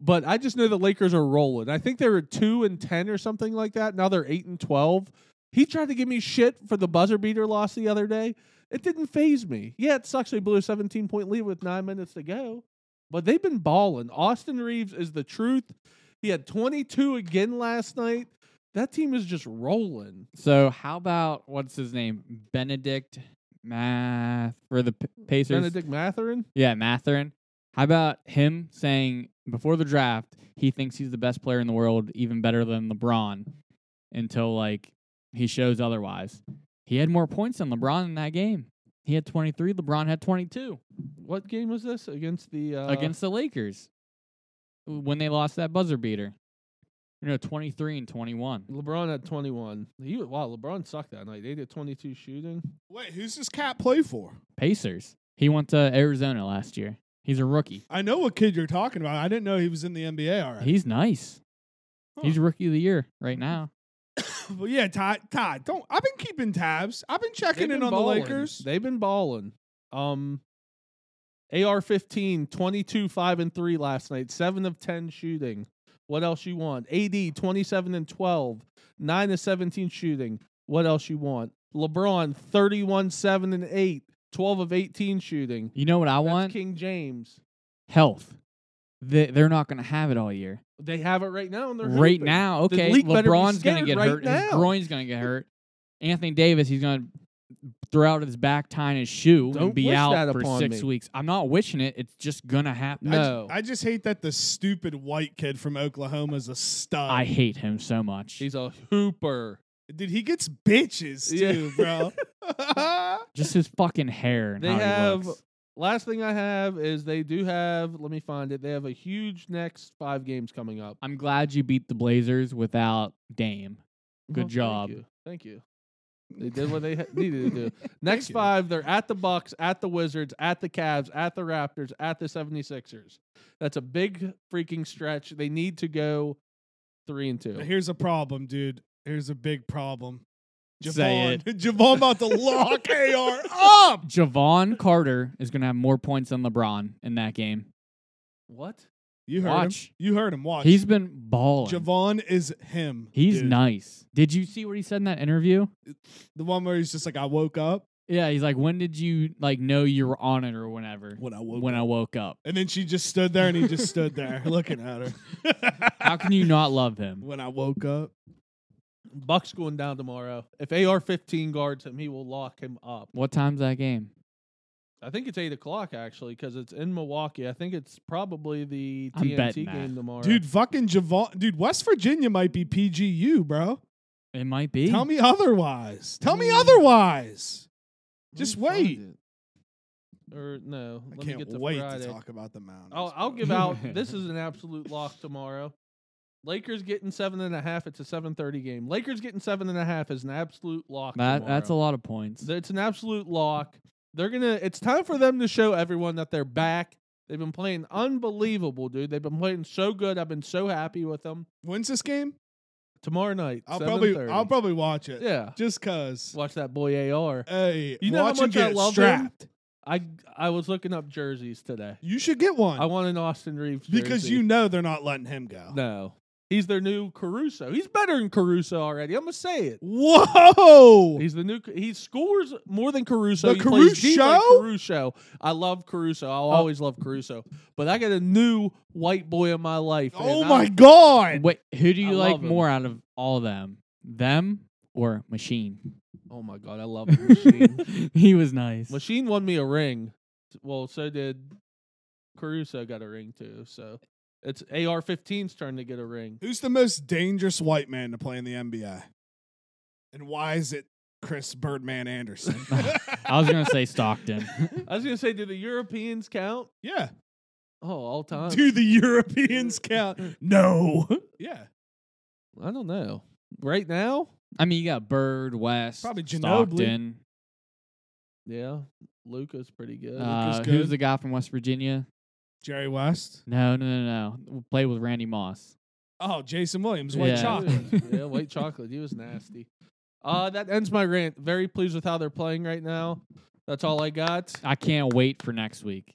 Speaker 1: but I just know the Lakers are rolling. I think they were two and ten or something like that. Now they're eight and twelve. He tried to give me shit for the buzzer beater loss the other day. It didn't phase me. Yeah, it sucks they blew a seventeen point lead with nine minutes to go, but they've been balling. Austin Reeves is the truth. He had twenty two again last night. That team is just rolling.
Speaker 2: So how about what's his name, Benedict Math for the P- Pacers?
Speaker 1: Benedict Matherin.
Speaker 2: Yeah, Matherin. How about him saying before the draft he thinks he's the best player in the world, even better than LeBron, until like he shows otherwise. He had more points than LeBron in that game. He had 23. LeBron had 22
Speaker 1: What game was this against the uh,
Speaker 2: against the Lakers when they lost that buzzer beater. You know, 23 and 21.
Speaker 1: LeBron had 21. He was, wow, LeBron sucked that night. They did 22 shooting.
Speaker 3: Wait, who's this cat play for?
Speaker 2: Pacers. He went to Arizona last year. He's a rookie.
Speaker 3: I know what kid you're talking about. I didn't know he was in the NBA already.
Speaker 2: He's nice. He's rookie of the year right now.
Speaker 3: Well, yeah, Todd. Todd, don't. I've been keeping tabs. I've been checking
Speaker 1: They've
Speaker 3: in
Speaker 1: been
Speaker 3: on
Speaker 1: balling.
Speaker 3: the Lakers.
Speaker 1: They've been balling. Um, AR 15, 22, 5 and 3 last night, 7 of 10 shooting. What else you want? AD 27 and 12, 9 of 17 shooting. What else you want? LeBron 31, 7 and 8, 12 of 18 shooting.
Speaker 2: You know what I
Speaker 1: That's
Speaker 2: want?
Speaker 1: King James.
Speaker 2: Health. They, they're not going to have it all year.
Speaker 1: They have it right now. And they're
Speaker 2: right
Speaker 1: hooping.
Speaker 2: now,
Speaker 1: The
Speaker 2: okay,
Speaker 1: league better be
Speaker 2: LeBron's going to
Speaker 1: scared
Speaker 2: get
Speaker 1: right
Speaker 2: hurt. His
Speaker 1: now.
Speaker 2: groin's going to get hurt. Anthony Davis, he's going to throw out his back, tie in his shoe,
Speaker 1: Don't
Speaker 2: and be
Speaker 1: wish that
Speaker 2: out for
Speaker 1: upon
Speaker 2: six
Speaker 1: me.
Speaker 2: weeks. I'm not wishing it. It's just going to happen.
Speaker 3: I ju-
Speaker 1: No.
Speaker 3: I, just hate that the stupid white kid from Oklahoma is a stud.
Speaker 2: I hate him so much.
Speaker 1: He's a hooper.
Speaker 3: Dude, he gets bitches
Speaker 1: Yeah.
Speaker 3: too, bro.
Speaker 2: just his fucking hair. And
Speaker 1: They
Speaker 2: how he
Speaker 1: have-
Speaker 2: looks.
Speaker 1: Last thing I have is they do have, let me find it. They have a huge next five games coming up.
Speaker 2: I'm glad you beat the Blazers without Dame. Good
Speaker 1: Well,
Speaker 2: job.
Speaker 1: Thank you. Thank you. They did what they ha- needed to do. Next
Speaker 3: you.
Speaker 1: five, they're at the Bucks, at the Wizards, at the Cavs, at the Raptors, at the 76ers. That's a big freaking stretch. They need to go three and two.
Speaker 3: Here's a problem, dude. Here's a big problem.
Speaker 2: Say
Speaker 3: Javon, Javon about to lock AR up.
Speaker 2: Javon Carter is going to have more points than LeBron in that game.
Speaker 1: What?
Speaker 3: You heard
Speaker 2: Watch.
Speaker 3: him. You heard him. Watch.
Speaker 2: He's been balling.
Speaker 3: Javon is him.
Speaker 2: he's
Speaker 3: dude.
Speaker 2: nice. Did you see what he said in that interview?
Speaker 3: the one where he's just like, I woke up
Speaker 2: Yeah, he's like, when did you like know you were on it or whenever?
Speaker 3: when I woke
Speaker 2: When
Speaker 3: up.
Speaker 2: I woke up.
Speaker 3: and then she just stood there, and he just stood there looking at her.
Speaker 2: How can you not love him?
Speaker 3: when I woke up,
Speaker 1: Bucks going down tomorrow. If AR 15 guards him, he will lock him up.
Speaker 2: What time's that game?
Speaker 1: I think it's eight o'clock actually because it's in Milwaukee. I think it's probably the
Speaker 2: I'm
Speaker 1: TNT
Speaker 2: betting that.
Speaker 1: game tomorrow.
Speaker 3: dude, fucking Javon, dude, West Virginia might be PGU, bro.
Speaker 2: It might be.
Speaker 3: Tell me otherwise. Tell me
Speaker 1: Mm.
Speaker 3: otherwise.
Speaker 1: Let
Speaker 3: just
Speaker 1: me find
Speaker 3: wait.
Speaker 1: it. Or no,
Speaker 3: I
Speaker 1: let me
Speaker 3: can't
Speaker 1: get to
Speaker 3: wait
Speaker 1: Friday. Oh,
Speaker 3: to talk about the mountains.
Speaker 1: I'll, I'll give out. this is an absolute lock tomorrow. Lakers getting seven and a half. It's a seven thirty game. Lakers getting seven and a half is an absolute lock.
Speaker 2: that that's a
Speaker 1: tomorrow.
Speaker 2: lot of points.
Speaker 1: It's an absolute lock. They're gonna. It's time for them to show everyone that they're back. They've been playing unbelievable, dude. They've been playing so good. I've been so happy with them.
Speaker 3: When's this game?
Speaker 1: Tomorrow night,
Speaker 3: I'll probably
Speaker 1: 7:30.
Speaker 3: I'll probably watch it.
Speaker 1: yeah.
Speaker 3: Just cause.
Speaker 1: Watch that boy AR.
Speaker 3: Hey,
Speaker 1: You know how
Speaker 3: watch him
Speaker 1: much I
Speaker 3: get
Speaker 1: love him?
Speaker 3: strapped.
Speaker 1: I I was looking up jerseys today.
Speaker 3: You should get one
Speaker 1: I want an Austin Reeves jersey.
Speaker 3: because you know they're not letting him go.
Speaker 1: No. He's their new Caruso. He's better than Caruso already. I'm gonna say it.
Speaker 3: Whoa!
Speaker 1: He's the new. He scores more than Caruso.
Speaker 3: The
Speaker 1: he plays deep like
Speaker 3: Caruso? Oh.
Speaker 1: Caruso. I love Caruso. I'll always love Caruso. But I got a new white boy in my life.
Speaker 3: oh
Speaker 1: and
Speaker 3: my
Speaker 1: I'm-
Speaker 3: god!
Speaker 2: Wait, who do
Speaker 1: I
Speaker 2: you
Speaker 1: love
Speaker 2: like
Speaker 1: him.
Speaker 2: more out of all of them? Them or Machine?
Speaker 1: Oh my god! I love Machine.
Speaker 2: he was nice.
Speaker 1: Machine won me a ring. Well, so did Caruso. Got a ring too. So it's AR-15's turn to get a ring.
Speaker 3: Who's the most dangerous white man to play in the NBA? And why is it Chris Birdman Anderson?
Speaker 2: I was gonna say Stockton.
Speaker 1: I was gonna say, do the Europeans count?
Speaker 3: yeah.
Speaker 1: Oh, all time.
Speaker 3: Do the Europeans count? No. Yeah.
Speaker 1: I don't know. Right now,
Speaker 2: I mean, you got Bird, West,
Speaker 3: Probably Ginobili.
Speaker 2: Stockton.
Speaker 1: yeah, Luca's pretty good.
Speaker 2: Uh,
Speaker 3: good.
Speaker 2: who's the guy from West Virginia?
Speaker 3: Jerry West.
Speaker 2: No, no, no, no. Play with Randy Moss.
Speaker 3: Oh, Jason Williams, white
Speaker 2: Yeah.
Speaker 3: chocolate.
Speaker 1: yeah, white chocolate. He was nasty. Uh, that ends my rant. Very pleased with how they're playing right now. That's all I got.
Speaker 2: I can't wait for next week.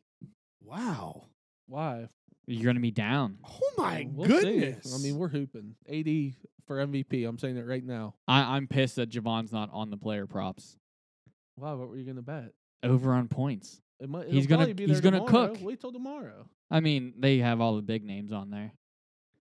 Speaker 3: Wow.
Speaker 1: Why?
Speaker 2: You're gonna be down.
Speaker 3: Oh my
Speaker 1: We'll see.
Speaker 3: goodness.
Speaker 1: I mean, we're hooping. AD for MVP. I'm saying it right now.
Speaker 2: I, I'm pissed that Javon's not on the player props.
Speaker 1: Wow, what were you gonna bet?
Speaker 2: Over on points.
Speaker 1: It might,
Speaker 2: He's
Speaker 1: it'll
Speaker 2: gonna-
Speaker 1: probably be
Speaker 2: he's
Speaker 1: there
Speaker 2: gonna
Speaker 1: tomorrow.
Speaker 2: cook.
Speaker 1: Wait till tomorrow.
Speaker 2: I mean, they have all the big names on there.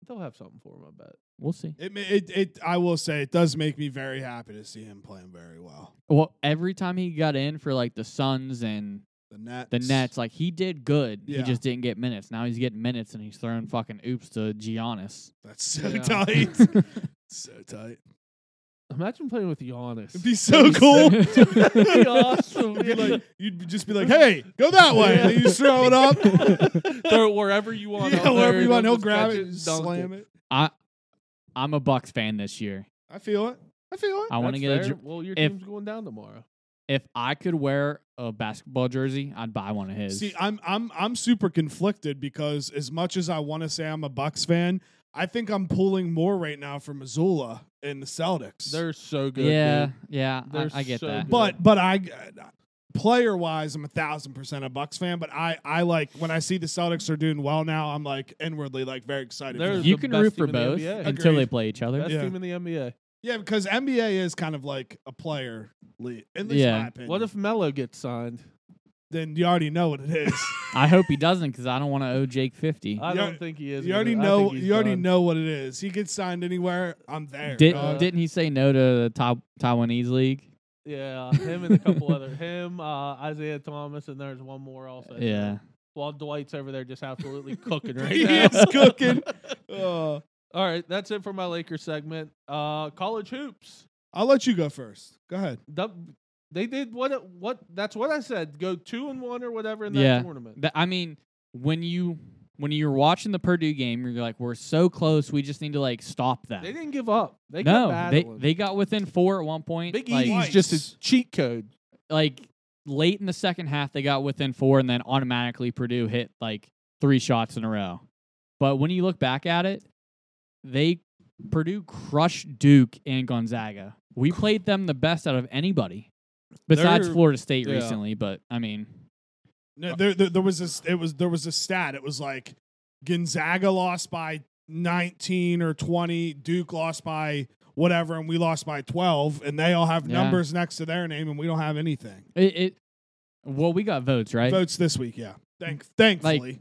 Speaker 1: They'll have something for him. I bet.
Speaker 2: We'll see.
Speaker 3: It, ma- it, it, I will say, it does make me very happy to see him playing very well.
Speaker 2: Well, every time he got in for like the Suns and
Speaker 3: The Nets.
Speaker 2: the Nets, like he did good.
Speaker 3: Yeah.
Speaker 2: He just didn't get minutes. Now he's getting minutes and he's throwing fucking oops to Giannis.
Speaker 3: That's so
Speaker 1: Yeah.
Speaker 3: tight. so tight.
Speaker 1: Imagine playing with Giannis.
Speaker 3: It'd be so cool.
Speaker 1: It'd be awesome.
Speaker 3: You'd, be
Speaker 1: yeah.
Speaker 3: like, you'd be- just be like, "Hey, go that way." And then you just throw it up.
Speaker 1: throw it wherever you want.
Speaker 3: yeah,
Speaker 1: out
Speaker 3: wherever
Speaker 1: there,
Speaker 3: you want,
Speaker 1: they'll
Speaker 3: he'll
Speaker 1: just
Speaker 3: grab
Speaker 1: catch
Speaker 3: it,
Speaker 1: and
Speaker 3: and
Speaker 1: dunk
Speaker 3: slam it.
Speaker 2: I I'm a Bucks fan this year.
Speaker 3: I feel it. I feel it.
Speaker 2: I want to
Speaker 1: That's
Speaker 2: get a
Speaker 1: fair.
Speaker 2: jer-
Speaker 1: well. Your
Speaker 2: if-
Speaker 1: team's going down tomorrow.
Speaker 2: if I could wear a basketball jersey, I'd buy one of his.
Speaker 3: See, I'm I'm I'm super conflicted because as much as I want to say I'm a Bucks fan, I think I'm pulling more right now for Missoula and the Celtics.
Speaker 1: They're so good.
Speaker 2: yeah,
Speaker 1: dude.
Speaker 2: yeah, I,
Speaker 1: They're
Speaker 2: I get
Speaker 1: so
Speaker 2: that.
Speaker 1: good.
Speaker 3: but but I player wise, I'm a thousand percent a Bucks fan. But I I like when I see the Celtics are doing well now, I'm like inwardly like very excited. For
Speaker 1: They're-
Speaker 3: them.
Speaker 2: You
Speaker 1: the
Speaker 2: can
Speaker 1: best
Speaker 2: root
Speaker 1: team
Speaker 2: for
Speaker 1: in the
Speaker 2: both
Speaker 1: NBA.
Speaker 2: until they
Speaker 3: Agreed.
Speaker 2: play each other.
Speaker 1: Best
Speaker 3: Yeah.
Speaker 1: team in the NBA.
Speaker 3: yeah, because NBA is kind of like a player league. In least
Speaker 2: Yeah.
Speaker 3: my opinion.
Speaker 1: What if Melo gets signed?
Speaker 3: then you already know what it is.
Speaker 2: I hope he doesn't because I don't want to owe Jake fifty.
Speaker 1: I
Speaker 3: You
Speaker 1: don't
Speaker 3: al-
Speaker 1: think he is.
Speaker 3: you
Speaker 1: gonna-
Speaker 3: already
Speaker 1: I
Speaker 3: know.
Speaker 1: think he's
Speaker 3: You already
Speaker 1: done.
Speaker 3: know what it is. He gets signed anywhere. I'm there.
Speaker 2: Did,
Speaker 3: dog.
Speaker 2: uh, didn't he say no to the Ta- Taiwanese league?
Speaker 1: Yeah, him and a couple other him, uh, Isaiah Thomas, and there's one more also.
Speaker 2: Yeah,
Speaker 1: While Dwight's over there just absolutely cooking right
Speaker 3: He
Speaker 1: now.
Speaker 3: is cooking. Uh,
Speaker 1: All right, that's it for my Lakers segment. Uh, college hoops.
Speaker 3: I'll let you go first. Go ahead.
Speaker 1: The, they did what? What? That's what I said. Go two and one or whatever in that
Speaker 2: Yeah.
Speaker 1: tournament.
Speaker 2: Th- I mean when you when you're watching the Purdue game, you're like, we're so close. We just need to like stop them.
Speaker 1: They didn't give up. They kept
Speaker 2: no, they,
Speaker 1: battling.
Speaker 2: they got within four at one point.
Speaker 1: Big
Speaker 2: like,
Speaker 1: Eady's just a cheat code.
Speaker 2: like late in the second half they got within four and then automatically Purdue hit like three shots in a row. But when you look back at it, they Purdue crushed Duke and Gonzaga. We played them the best out of anybody besides
Speaker 1: They're-
Speaker 2: Florida State
Speaker 1: yeah.
Speaker 2: recently, but I mean,
Speaker 1: Uh,
Speaker 3: No, there, there, there was this. It was there was a stat. It was like Gonzaga lost by nineteen or twenty. Duke lost by whatever, and we lost by twelve. And they all have
Speaker 2: Yeah.
Speaker 3: numbers next to their name, and we don't have anything.
Speaker 2: it, it well we got votes, right?
Speaker 3: Votes this week, yeah. Thank, thankfully,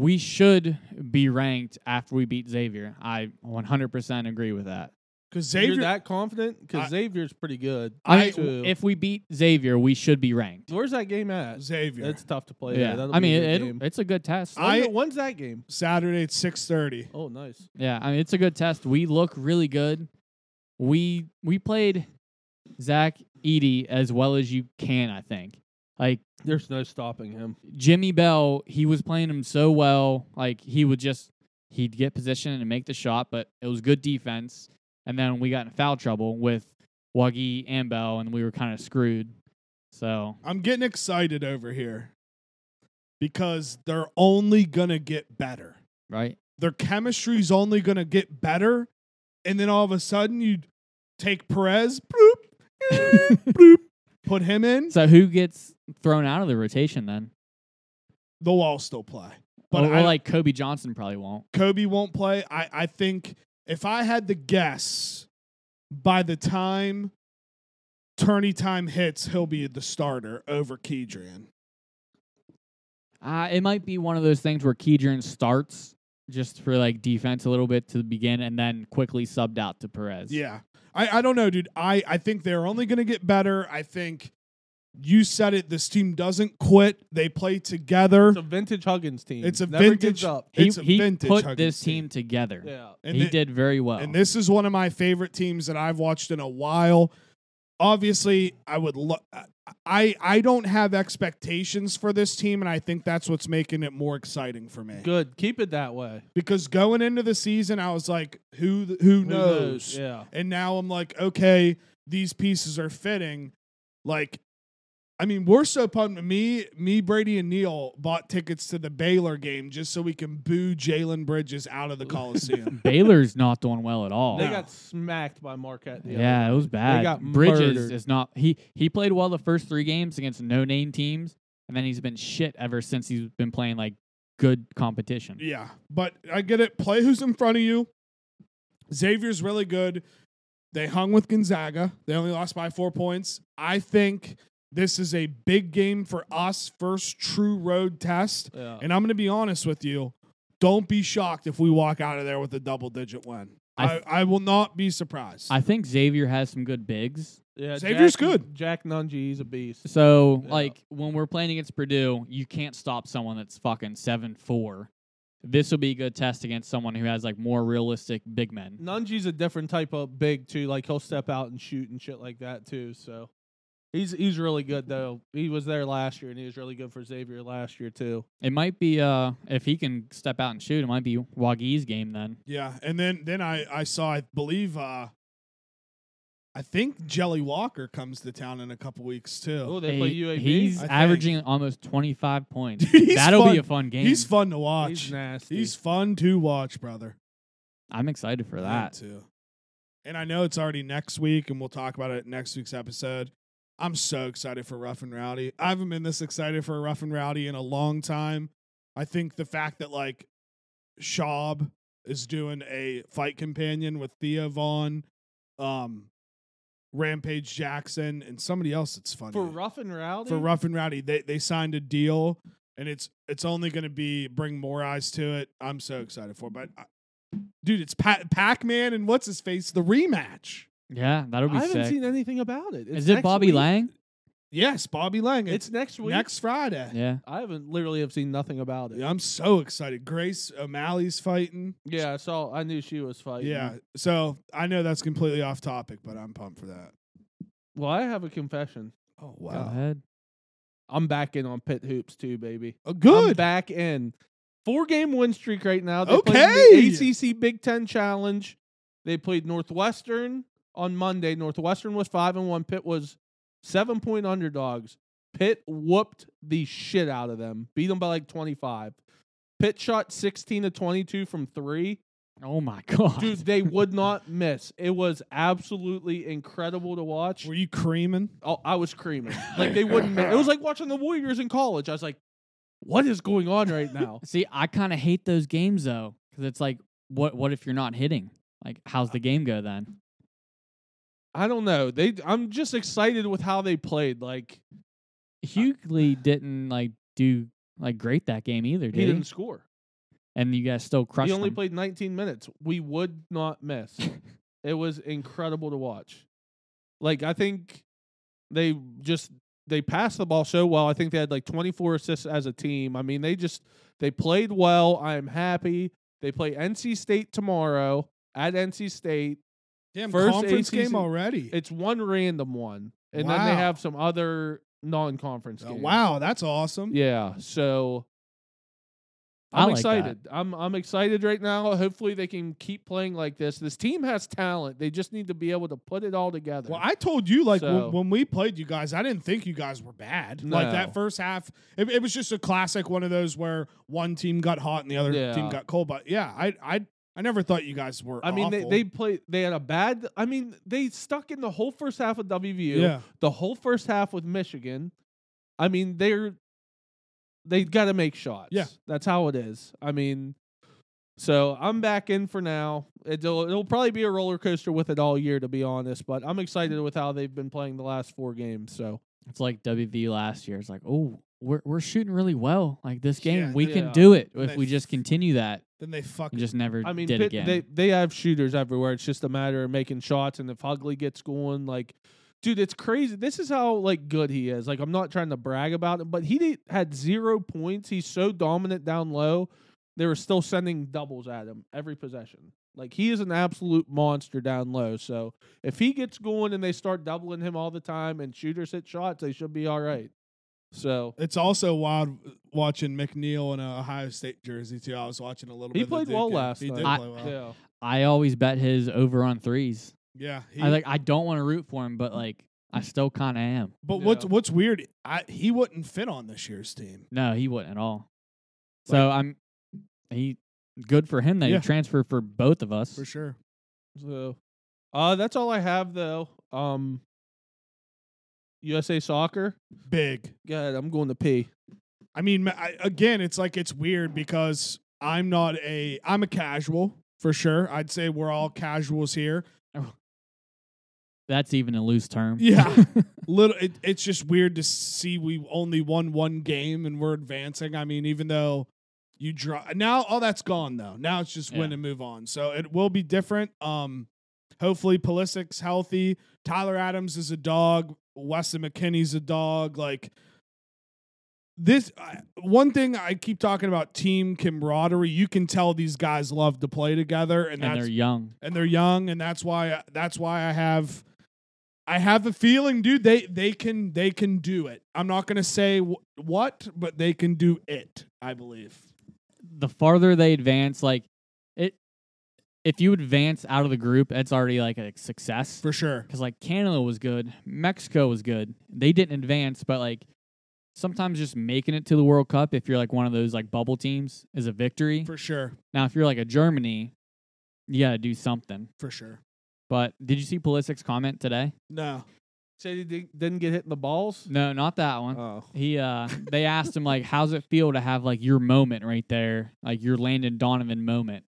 Speaker 2: We should be ranked after we beat Xavier. I 100% agree with that.
Speaker 3: because
Speaker 1: You're
Speaker 3: Xavier.
Speaker 1: that confident because
Speaker 3: I-
Speaker 1: Xavier's pretty good.
Speaker 2: I,
Speaker 1: too.
Speaker 2: if we beat Xavier, we should be ranked.
Speaker 1: Where's that game at?
Speaker 3: Xavier.
Speaker 1: It's tough to play.
Speaker 2: Yeah,
Speaker 1: there. That'll
Speaker 2: I
Speaker 1: be a
Speaker 2: mean,
Speaker 1: good
Speaker 2: it,
Speaker 1: game.
Speaker 2: it's a good test.
Speaker 1: When's
Speaker 3: I-
Speaker 1: it- when's that game?
Speaker 3: Saturday at six thirty.
Speaker 1: Oh, nice.
Speaker 2: Yeah, I mean it's a good test. We look really good. We we played Zach Eady as well as you can, I think. Like
Speaker 1: There's no stopping him.
Speaker 2: Jimmy Bell, he was playing him so well. Like he would just he'd get position and make the shot, but it was good defense. And then we got in foul trouble with Wagi and Bell, and we were kind of screwed. So
Speaker 3: I'm getting excited over here because they're only gonna get better.
Speaker 2: right,
Speaker 3: their chemistry's only going to get better. And then all of a sudden, you take Perez, bloop, bloop, put him in.
Speaker 2: so who gets thrown out of the rotation then?
Speaker 3: They'll all still play. But
Speaker 2: But or, or
Speaker 3: I-
Speaker 2: like Kobe Johnson probably won't.
Speaker 3: Kobe won't play. I, I think if I had to guess, by the time tourney time hits, he'll be the starter over Kedrian.
Speaker 2: Uh, it might be one of those things where Kedron starts just for like defense a little bit to begin and then quickly subbed out to Perez.
Speaker 3: Yeah. I, I don't know, dude. I, I think they're only going to get better. I think you said it. This team doesn't quit, they play together.
Speaker 1: It's a vintage Huggins team.
Speaker 3: It's a
Speaker 1: Never
Speaker 3: vintage-
Speaker 1: gives up.
Speaker 2: He,
Speaker 3: It's a
Speaker 2: he
Speaker 3: vintage
Speaker 2: put
Speaker 3: Huggins
Speaker 2: this team
Speaker 3: team.
Speaker 2: together.
Speaker 1: Yeah.
Speaker 3: And
Speaker 2: he
Speaker 3: thi-
Speaker 2: did very well.
Speaker 3: And this is one of my favorite teams that I've watched in a while. Obviously, I would love. I I don't have expectations for this team, and I think that's what's making it more exciting for me.
Speaker 1: Good. Keep it that way.
Speaker 3: Because going into the season, I was like, who th- who knows?
Speaker 1: Who knows? Yeah.
Speaker 3: And now I'm like, okay, these pieces are fitting. Like, I mean, we're so pumped. Me, me, Brady, and Neil bought tickets to the Baylor game just so we can boo Jalen Bridges out of the Coliseum.
Speaker 2: Baylor's not doing well at all.
Speaker 1: They
Speaker 3: No.
Speaker 1: got smacked by Marquette. the other
Speaker 2: Yeah, it was bad.
Speaker 1: got
Speaker 2: Bridges
Speaker 1: murdered.
Speaker 2: is not he he played well the first three games against no name teams, and then he's been shit ever since he's been playing like good competition.
Speaker 3: Yeah, but I get it. Play who's in front of you. Xavier's really good. They hung with Gonzaga. They only lost by four points. I think this is a big game for us. First true road test.
Speaker 1: day. Yeah.
Speaker 3: And I'm going to be honest with you. Don't be shocked if we walk out of there with a double digit win.
Speaker 2: I
Speaker 3: I,
Speaker 2: th-
Speaker 3: I will not be surprised.
Speaker 2: I think Xavier has some good bigs.
Speaker 1: yeah
Speaker 3: Xavier's
Speaker 1: Jack,
Speaker 3: good.
Speaker 1: Jack Nunji, he's a beast.
Speaker 2: So
Speaker 1: Yeah.
Speaker 2: like when we're playing against Purdue, you can't stop someone that's fucking seven four. This will be a good test against someone who has like more realistic big men.
Speaker 1: Nunji's a different type of big too. Like he'll step out and shoot and shit like that too. So he's he's really good though. He was there last year and he was really good for Xavier last year too.
Speaker 2: It might be uh if he can step out and shoot, it might be Wagee's game then.
Speaker 3: yeah. And then then I, I saw, I believe, uh, I think Jelly Walker comes to town in a couple weeks too.
Speaker 1: Oh, they play
Speaker 2: He-
Speaker 1: UAB.
Speaker 2: He's
Speaker 3: I think.
Speaker 2: averaging almost twenty five points.
Speaker 3: Dude, he's
Speaker 2: That'll
Speaker 3: fun.
Speaker 2: be a fun game.
Speaker 3: He's fun to
Speaker 1: He's
Speaker 3: watch.
Speaker 1: nasty.
Speaker 3: He's fun to watch, brother.
Speaker 2: I'm excited for
Speaker 3: I am
Speaker 2: that.
Speaker 3: too. And I know it's already next week, and we'll talk about it next week's episode. I'm so excited for Rough and Rowdy. I haven't been this excited for a Rough and Rowdy in a long time. I think the fact that like Schaub is doing a fight companion with Thea Vaughn, um, Rampage Jackson, and somebody else that's funny
Speaker 1: for rough and rowdy.
Speaker 3: for Rough and Rowdy. They they signed a deal, and it's it's only going to be bring more eyes to it. I'm so excited for, it. but I, dude, it's pa- Pac Man and what's his face the rematch.
Speaker 2: Yeah, that'll be
Speaker 1: I haven't
Speaker 2: sick.
Speaker 1: seen anything about it. It's
Speaker 2: Is it
Speaker 1: next
Speaker 2: Bobby
Speaker 1: week.
Speaker 2: Lang?
Speaker 3: Yes, Bobby Lang.
Speaker 1: It's,
Speaker 3: It's,
Speaker 1: next week.
Speaker 3: next Friday.
Speaker 2: Yeah.
Speaker 1: I haven't literally have seen nothing about it.
Speaker 3: Yeah, I'm so excited. Grace O'Malley's fighting.
Speaker 1: Yeah, I saw. I knew she was fighting.
Speaker 3: Yeah, so I know that's completely off topic, but I'm pumped for that.
Speaker 1: Well, I have a confession.
Speaker 3: Oh
Speaker 2: Go ahead.
Speaker 1: I'm back in on pit hoops too, baby.
Speaker 3: Oh,
Speaker 1: I'm
Speaker 3: good.
Speaker 1: back in. Four game win streak right now. They played in the ACC Big Ten Challenge. They played Northwestern on Monday. Northwestern was five and one. Pitt was seven point underdogs. Pitt whooped the shit out of them. Beat them by like twenty five. Pitt shot sixteen to twenty two from three.
Speaker 2: Oh my god.
Speaker 1: Dude, they would not miss. It was absolutely incredible to watch.
Speaker 3: Were you creaming?
Speaker 1: Oh, I was creaming. Like they wouldn't. ma- It was like watching the Warriors in college. I was like, "What is going on right now?"
Speaker 2: See, I kind of hate those games though, because it's like, what? What if you're not hitting? Like,
Speaker 1: Uh
Speaker 2: how's the game go then?
Speaker 1: I don't know. They. I'm just excited with how they played. Like
Speaker 2: Hughley didn't like do like great that game either, did
Speaker 1: he
Speaker 2: he?
Speaker 1: didn't score.
Speaker 2: And you guys still crushed
Speaker 1: he only
Speaker 2: them.
Speaker 1: played 19 minutes. We would not miss. it was incredible to watch. Like I think they just they passed the ball so well. I think they had like 24 assists as a team. I mean, they just they played well. I am happy. They play NC State tomorrow at NC State.
Speaker 3: Damn,
Speaker 1: First
Speaker 3: conference
Speaker 1: ACC
Speaker 3: game already.
Speaker 1: It's one random one, and then they
Speaker 3: Wow.
Speaker 1: have some other non-conference
Speaker 3: Oh,
Speaker 1: games.
Speaker 3: wow, that's awesome.
Speaker 1: Yeah. So
Speaker 2: I
Speaker 1: I'm
Speaker 2: like that.
Speaker 1: excited. I'm I'm excited right now. Hopefully they can keep playing like this. This team has talent. They just need to be able to put it all together.
Speaker 3: Well, I told you like
Speaker 1: So-
Speaker 3: when, when we played you guys, I didn't think you guys were bad. Like
Speaker 1: No.
Speaker 3: that first half, it, it was just a classic one of those where one team got hot and the other
Speaker 1: Yeah.
Speaker 3: team got cold. But yeah, I I I never thought you guys were.
Speaker 1: I mean, they,
Speaker 3: awful.
Speaker 1: they played. They had a bad. I mean, they stuck in the whole first half with WVU.
Speaker 3: yeah.
Speaker 1: The whole first half with Michigan. I mean, they're they got to make shots.
Speaker 3: Yeah.
Speaker 1: that's how it is. I mean, so I'm back in for now. It'll it'll probably be a roller coaster with it all year, to be honest. But I'm excited with how they've been playing the last four games. So
Speaker 2: It's like WV last year. It's like, oh, we're we're shooting really well. Like this game,
Speaker 3: Yeah,
Speaker 2: we
Speaker 1: they-
Speaker 2: can
Speaker 1: yeah.
Speaker 2: do it if
Speaker 3: They
Speaker 2: we just continue that
Speaker 3: Then they
Speaker 2: and
Speaker 3: fucking
Speaker 2: just never
Speaker 1: I mean,
Speaker 2: did
Speaker 1: Pitt-
Speaker 2: again.
Speaker 1: they they have shooters everywhere. It's just a matter of making shots. And if Hugley gets going, like, dude, it's crazy. This is how like good he is. Like, I'm not trying to brag about him, but he did, had zero points. He's so dominant down low. They were still sending doubles at him every possession. Like he is an absolute monster down low. So if he gets going and they start doubling him all the time and shooters hit shots, they should be all right. So
Speaker 3: It's also wild watching McNeil in a Ohio State jersey too. I was watching a little.
Speaker 1: He
Speaker 3: bit of the
Speaker 1: played
Speaker 3: Duke
Speaker 1: well
Speaker 3: game.
Speaker 1: last
Speaker 3: He did
Speaker 1: night.
Speaker 3: play well. Yeah,
Speaker 1: yeah,
Speaker 2: I always bet his over on threes.
Speaker 3: he,
Speaker 2: I like. I don't want to root for him,
Speaker 1: Mm.
Speaker 2: but like, I still kind of am.
Speaker 3: But what's
Speaker 1: Yeah.
Speaker 3: what's weird? I he wouldn't fit on this year's team.
Speaker 2: No, he wouldn't at all. So I'm. He good for him that
Speaker 3: Yeah.
Speaker 2: he transferred for both of us.
Speaker 3: For sure.
Speaker 1: So, uh, that's all I have though. Um, USA Soccer.
Speaker 3: Big.
Speaker 1: Go ahead. I'm going to pee.
Speaker 3: I mean, ma- I, again, it's like it's weird because I'm not a I'm a casual for sure. I'd say we're all casuals here.
Speaker 2: That's even a loose term.
Speaker 3: Yeah. Little, it, it's just weird to see we only won one game and we're advancing. I mean, even though you draw now, all that's gone though. Now it's just win
Speaker 2: Yeah.
Speaker 3: and move on. So it will be different. Um, hopefully Pulisic's healthy. Tyler Adams is a dog. Weston McKinney's a dog. Like this, I- one thing I keep talking about team camaraderie. You can tell these guys love to play together, and,
Speaker 2: and
Speaker 3: that's
Speaker 2: they're young.
Speaker 3: and they're young, and that's why that's why I have I have a feeling, dude. They they can they can do it. I'm not gonna say wh- what, but they can do it. I believe.
Speaker 2: The farther they advance, like it, if you advance out of the group, it's already like a success.
Speaker 3: For sure.
Speaker 2: Because like Canada was good, Mexico was good. They didn't advance, but like sometimes just making it to the World Cup, if you're like one of those like bubble teams, is a victory.
Speaker 3: For sure.
Speaker 2: Now, if you're like a Germany, You got to do something.
Speaker 3: for sure.
Speaker 2: But did you see Pulisic's comment today?
Speaker 3: No,
Speaker 1: Said he di- didn't get hit in the balls.
Speaker 2: No, not that one.
Speaker 1: Oh,
Speaker 2: He uh they asked him like how's it feel to have like your moment right there, like your Landon Donovan moment.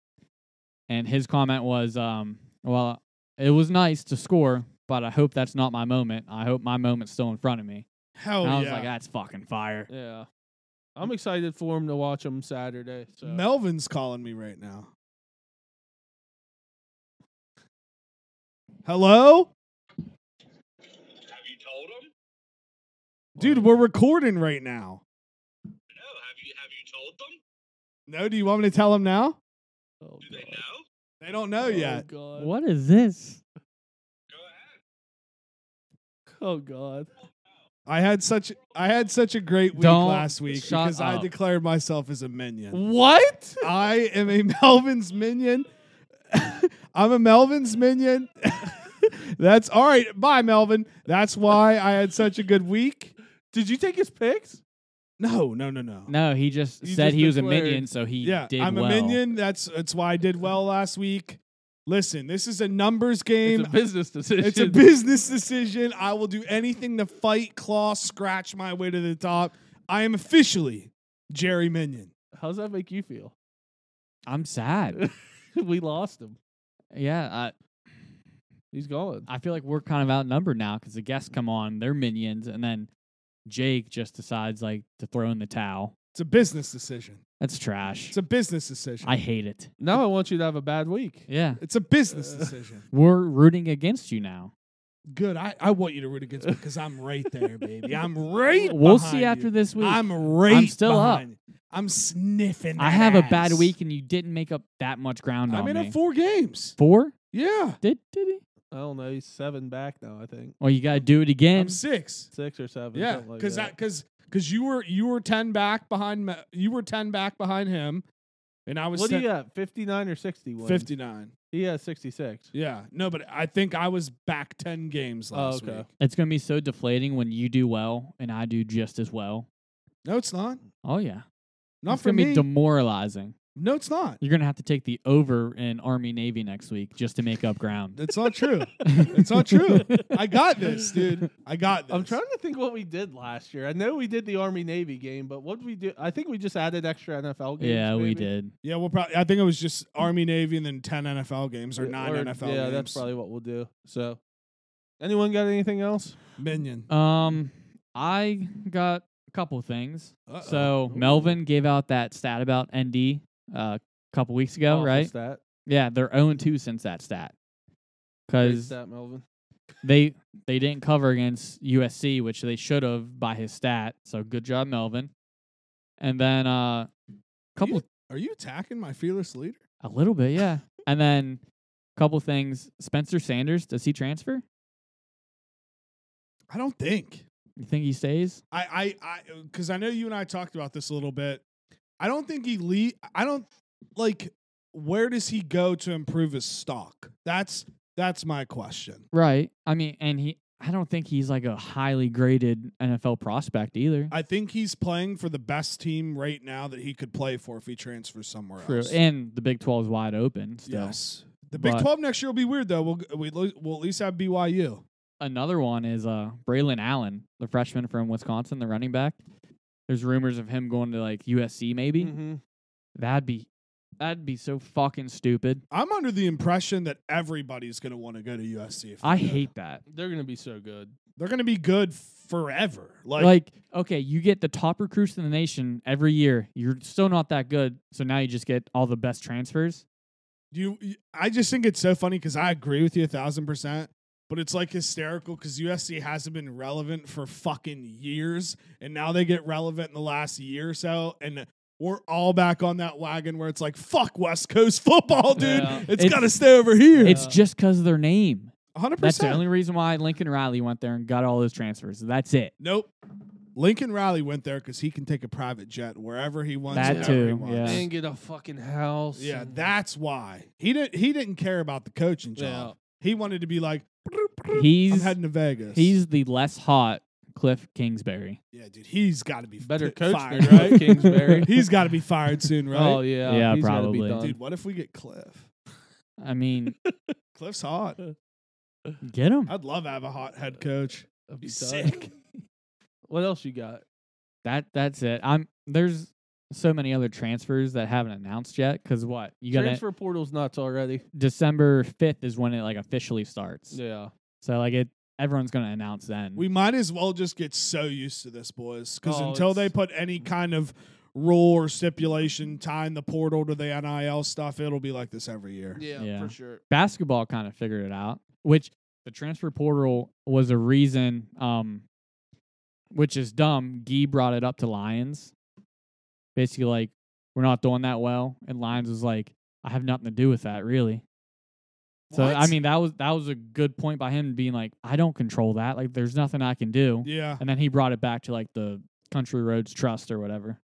Speaker 2: And his comment was um well, it was nice to score, but I hope that's not my moment. I hope my moment's still in front of me.
Speaker 3: hell
Speaker 2: and I was
Speaker 3: Oh, yeah.
Speaker 2: like ah, that's fucking fire.
Speaker 1: yeah. I'm excited for him to watch him Saturday. So
Speaker 3: Melvin's calling me right now. Hello,
Speaker 4: Have you told him?
Speaker 3: dude. We're recording right now.
Speaker 4: No. Have you Have you told them?
Speaker 3: No, do you want me to tell him now?
Speaker 1: Oh,
Speaker 4: Do they
Speaker 1: God.
Speaker 4: know?
Speaker 3: They don't know
Speaker 1: Oh,
Speaker 3: yet.
Speaker 1: God.
Speaker 2: What is this?
Speaker 4: Go ahead.
Speaker 1: Oh God.
Speaker 3: I had such I had such a great week
Speaker 2: Don't
Speaker 3: last week
Speaker 2: shut
Speaker 3: because I
Speaker 2: up.
Speaker 3: declared myself as a minion.
Speaker 1: What?
Speaker 3: I am a Melvin's minion. I'm a Melvin's minion. That's all right. Bye, Melvin. That's why I had such a good week.
Speaker 1: Did you take his picks?
Speaker 3: No, no, no, no.
Speaker 2: No, he just
Speaker 1: You
Speaker 2: said
Speaker 1: just
Speaker 2: he was
Speaker 1: declared-
Speaker 2: a minion, so he
Speaker 3: yeah,
Speaker 2: did
Speaker 3: I'm
Speaker 2: well.
Speaker 3: a minion. That's that's why I did well last week. Listen, this is a numbers game.
Speaker 1: It's a business decision.
Speaker 3: It's a business decision. I will do anything to fight, claw, scratch my way to the top. I am officially Jerry Minion.
Speaker 1: How's that make you feel?
Speaker 2: I'm sad.
Speaker 1: we lost him.
Speaker 2: yeah, I,
Speaker 1: He's gone.
Speaker 2: I feel like we're kind of outnumbered now because the guests come on, they're minions, and then Jake just decides like to throw in the towel.
Speaker 3: It's a business decision.
Speaker 2: That's trash.
Speaker 3: It's a business decision.
Speaker 2: I hate it.
Speaker 1: Now I want you to have a bad week.
Speaker 2: Yeah,
Speaker 3: it's a business
Speaker 1: Uh.
Speaker 3: decision.
Speaker 2: we're rooting against you now.
Speaker 3: Good. I, I want you to root against me because I'm right there, baby. I'm right.
Speaker 2: We'll
Speaker 3: behind
Speaker 2: see after
Speaker 3: you.
Speaker 2: this week.
Speaker 3: I'm right.
Speaker 2: still up.
Speaker 3: behind you. I'm sniffing.
Speaker 2: I
Speaker 3: that
Speaker 2: have a bad
Speaker 3: ass.
Speaker 2: week, and you didn't make up that much ground
Speaker 3: I
Speaker 2: on
Speaker 3: made
Speaker 2: me.
Speaker 3: up four games.
Speaker 2: Four?
Speaker 3: Yeah,
Speaker 2: Did did he?
Speaker 1: I don't know. He's seven back now. I think
Speaker 2: Well, you gotta do it again.
Speaker 3: I'm six.
Speaker 1: six or seven.
Speaker 3: Yeah,
Speaker 1: something like
Speaker 3: because that because because you were you were ten back behind me- you were ten back behind him, and I was
Speaker 1: What do you got? Fifty nine or sixty one?
Speaker 3: fifty nine.
Speaker 1: He has sixty six.
Speaker 3: Yeah, no, but I think I was back ten games
Speaker 1: Oh,
Speaker 3: last
Speaker 1: okay.
Speaker 3: week.
Speaker 2: It's gonna be so deflating when you do well and I do just as well.
Speaker 3: No, it's not.
Speaker 2: Oh yeah,
Speaker 3: Not
Speaker 2: it's
Speaker 3: for
Speaker 2: gonna be
Speaker 3: me.
Speaker 2: demoralizing.
Speaker 3: no, it's not.
Speaker 2: You're gonna have to take the over in Army Navy next week just to make up ground.
Speaker 3: It's not true. it's not true. I got this, dude. I got this.
Speaker 1: I'm trying to think what we did last year. I know we did the Army Navy game, but what did we do? I think we just added extra NFL games.
Speaker 2: yeah, we
Speaker 1: maybe?
Speaker 2: did.
Speaker 3: Yeah, we'll probably. I think it was just Army, Navy, and then ten NFL games or nine NFL
Speaker 1: Yeah,
Speaker 3: games.
Speaker 1: that's probably what we'll do. So, anyone got anything else?
Speaker 3: minion.
Speaker 2: Um, I got a couple things.
Speaker 3: Uh-oh.
Speaker 2: So
Speaker 1: Ooh.
Speaker 2: Melvin gave out that stat about ND uh, a couple weeks ago,
Speaker 1: Office
Speaker 2: right?
Speaker 1: Stat.
Speaker 2: Yeah, they're 0 2 since that stat
Speaker 1: Great
Speaker 2: because
Speaker 1: stat, Melvin.
Speaker 2: they they didn't cover against USC, which they should have by his stat. So good job, Melvin. And then uh, couple
Speaker 3: Are you attacking my fearless leader?
Speaker 2: a little bit, yeah. and then couple things. Spencer Sanders does he transfer?
Speaker 3: I don't think.
Speaker 2: You think he stays?
Speaker 3: I, I, I, because I know you and I talked about this a little bit. I don't think he le. I don't like. Where does he go to improve his stock? That's that's my question.
Speaker 2: Right. I mean, and he. I don't think he's like a highly graded NFL prospect either.
Speaker 3: I think he's playing for the best team right now that he could play for if he transfers somewhere
Speaker 2: True.
Speaker 3: else.
Speaker 2: And the Big 12 is wide open still.
Speaker 3: Yes. The Big
Speaker 2: But-
Speaker 3: 12 next year will be weird, though. We'll, we lo- we'll at least have BYU.
Speaker 2: Another one is uh, Braylon Allen, the freshman from Wisconsin, the running back. There's rumors of him going to like USC maybe.
Speaker 1: Mm-hmm.
Speaker 2: That'd be that'd be so fucking stupid.
Speaker 3: I'm under the impression that everybody's going to want to go to USC. If they
Speaker 2: I
Speaker 3: go.
Speaker 2: hate that.
Speaker 1: They're gonna be so good.
Speaker 3: They're going to be good forever. Like,
Speaker 2: Like, okay, you get the top recruits in the nation every year. You're still not that good, so now you just get all the best transfers.
Speaker 3: you, you- I just think it's so funny because I agree with you a thousand percent. But it's like hysterical because USC hasn't been relevant for fucking years, and now they get relevant in the last year or so, and we're all back on that wagon where it's like, fuck West Coast football, dude.
Speaker 1: Yeah.
Speaker 3: it's
Speaker 2: It's-
Speaker 3: got to stay over here.
Speaker 2: It's
Speaker 1: Yeah.
Speaker 2: just because of their name.
Speaker 3: 100.
Speaker 2: That's
Speaker 3: percent.
Speaker 2: the only reason why Lincoln Riley went there and got all those transfers. That's it.
Speaker 3: Nope. Lincoln Riley went there because he can take a private jet wherever he wants.
Speaker 2: That
Speaker 3: whenever
Speaker 2: too,
Speaker 3: He wants.
Speaker 2: Yeah.
Speaker 1: And get a fucking house.
Speaker 3: Yeah,
Speaker 1: and-
Speaker 3: that's why he didn't. He didn't care about the coaching job. He wanted to be like, I'm
Speaker 2: He's
Speaker 3: heading to Vegas.
Speaker 2: he's the less hot Cliff Kingsbury.
Speaker 3: yeah, dude. He's got to be
Speaker 1: better
Speaker 3: fi-
Speaker 1: coach
Speaker 3: fired,
Speaker 1: than Cliff
Speaker 3: right?
Speaker 1: Kingsbury.
Speaker 3: he's got to be fired soon, right?
Speaker 1: Oh yeah,
Speaker 2: Yeah,
Speaker 1: he's gotta
Speaker 2: probably.
Speaker 1: Be done.
Speaker 3: Dude, what if we get Cliff?
Speaker 2: I mean,
Speaker 3: Cliff's hot.
Speaker 2: get him.
Speaker 3: I'd love to have a hot head coach.
Speaker 1: That'd
Speaker 3: Be
Speaker 1: done.
Speaker 3: sick.
Speaker 1: What else you got?
Speaker 2: That that's it. I'm there's so many other transfers that haven't announced yet. Cause what you got? to
Speaker 1: Transfer portal's nuts already.
Speaker 2: December fifth is when it like officially starts.
Speaker 1: Yeah.
Speaker 2: So like it, everyone's gonna announce then.
Speaker 3: We might as well just get so used to this, boys, because
Speaker 1: Mm-hmm. Oh,
Speaker 3: until they
Speaker 1: it's-
Speaker 3: put any kind of rule or stipulation tying the portal to the NIL stuff, it'll be like this every year.
Speaker 2: Yeah. for
Speaker 1: sure.
Speaker 2: basketball kind of figured it out, which the transfer portal was a reason, um, which is dumb. Gee brought it up to Lions. Basically, like, we're not doing that well. And Lions was like, I have nothing to do with that, really. So I
Speaker 3: What?
Speaker 2: mean that was that was a good point by him being like, I don't control that. Like there's nothing I can do.
Speaker 3: yeah,
Speaker 2: And then he brought it back to like the Country Roads Trust or whatever.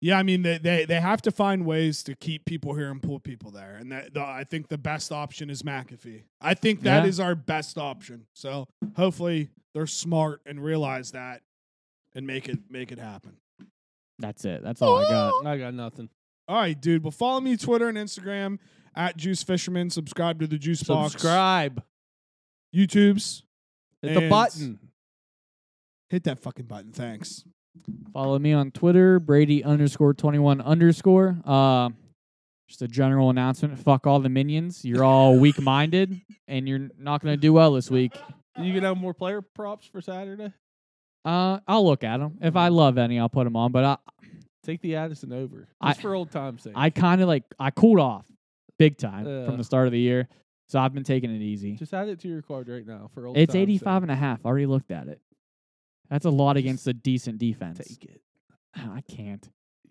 Speaker 3: yeah. I mean, they, they they have to find ways to keep people here and pull people there, and that the, I think the best option is McAfee. I think that is
Speaker 2: Yeah.
Speaker 3: our best option. So hopefully they're smart and realize that and make it make it happen.
Speaker 2: That's it. That's all I got.
Speaker 1: Uh, I got nothing.
Speaker 3: All right, dude. Well, follow me Twitter and Instagram at Juice Fisherman. Subscribe to the Juice Box.
Speaker 1: Subscribe.
Speaker 3: YouTube's.
Speaker 1: Hit the
Speaker 3: And-
Speaker 1: button.
Speaker 3: Hit that fucking button. Thanks.
Speaker 2: Follow me on Twitter, Brady underscore twenty one underscore. Uh, just a general announcement. Fuck all the minions. You're all weak minded, and you're not gonna do well this week.
Speaker 1: You gonna have more player props for Saturday?
Speaker 2: Uh, I'll look at them. If
Speaker 3: Mm-hmm.
Speaker 2: I love any, I'll put them on. But I,
Speaker 1: Take the Addison over. Just
Speaker 2: I-
Speaker 1: for old time's sake.
Speaker 2: I kind of like I cooled off big time
Speaker 1: Yeah.
Speaker 2: from the start of the year, so I've been taking it easy.
Speaker 1: Just add it to your card right now for old
Speaker 2: It's
Speaker 1: time's
Speaker 2: 85
Speaker 1: sake.
Speaker 2: and a half. I already looked at it. That's a lot against a decent defense.
Speaker 1: Take it.
Speaker 2: I can't.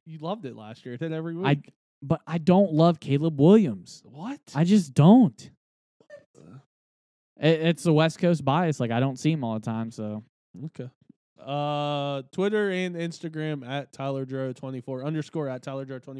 Speaker 1: You loved it last year. It hit every week.
Speaker 2: I but I don't love Caleb Williams.
Speaker 1: what?
Speaker 2: I just don't. It, it's the West Coast bias. Like I don't see him all the time. So
Speaker 1: okay. Uh, Twitter and Instagram at Tyler Joe twenty four underscore at Tyler Joe twenty.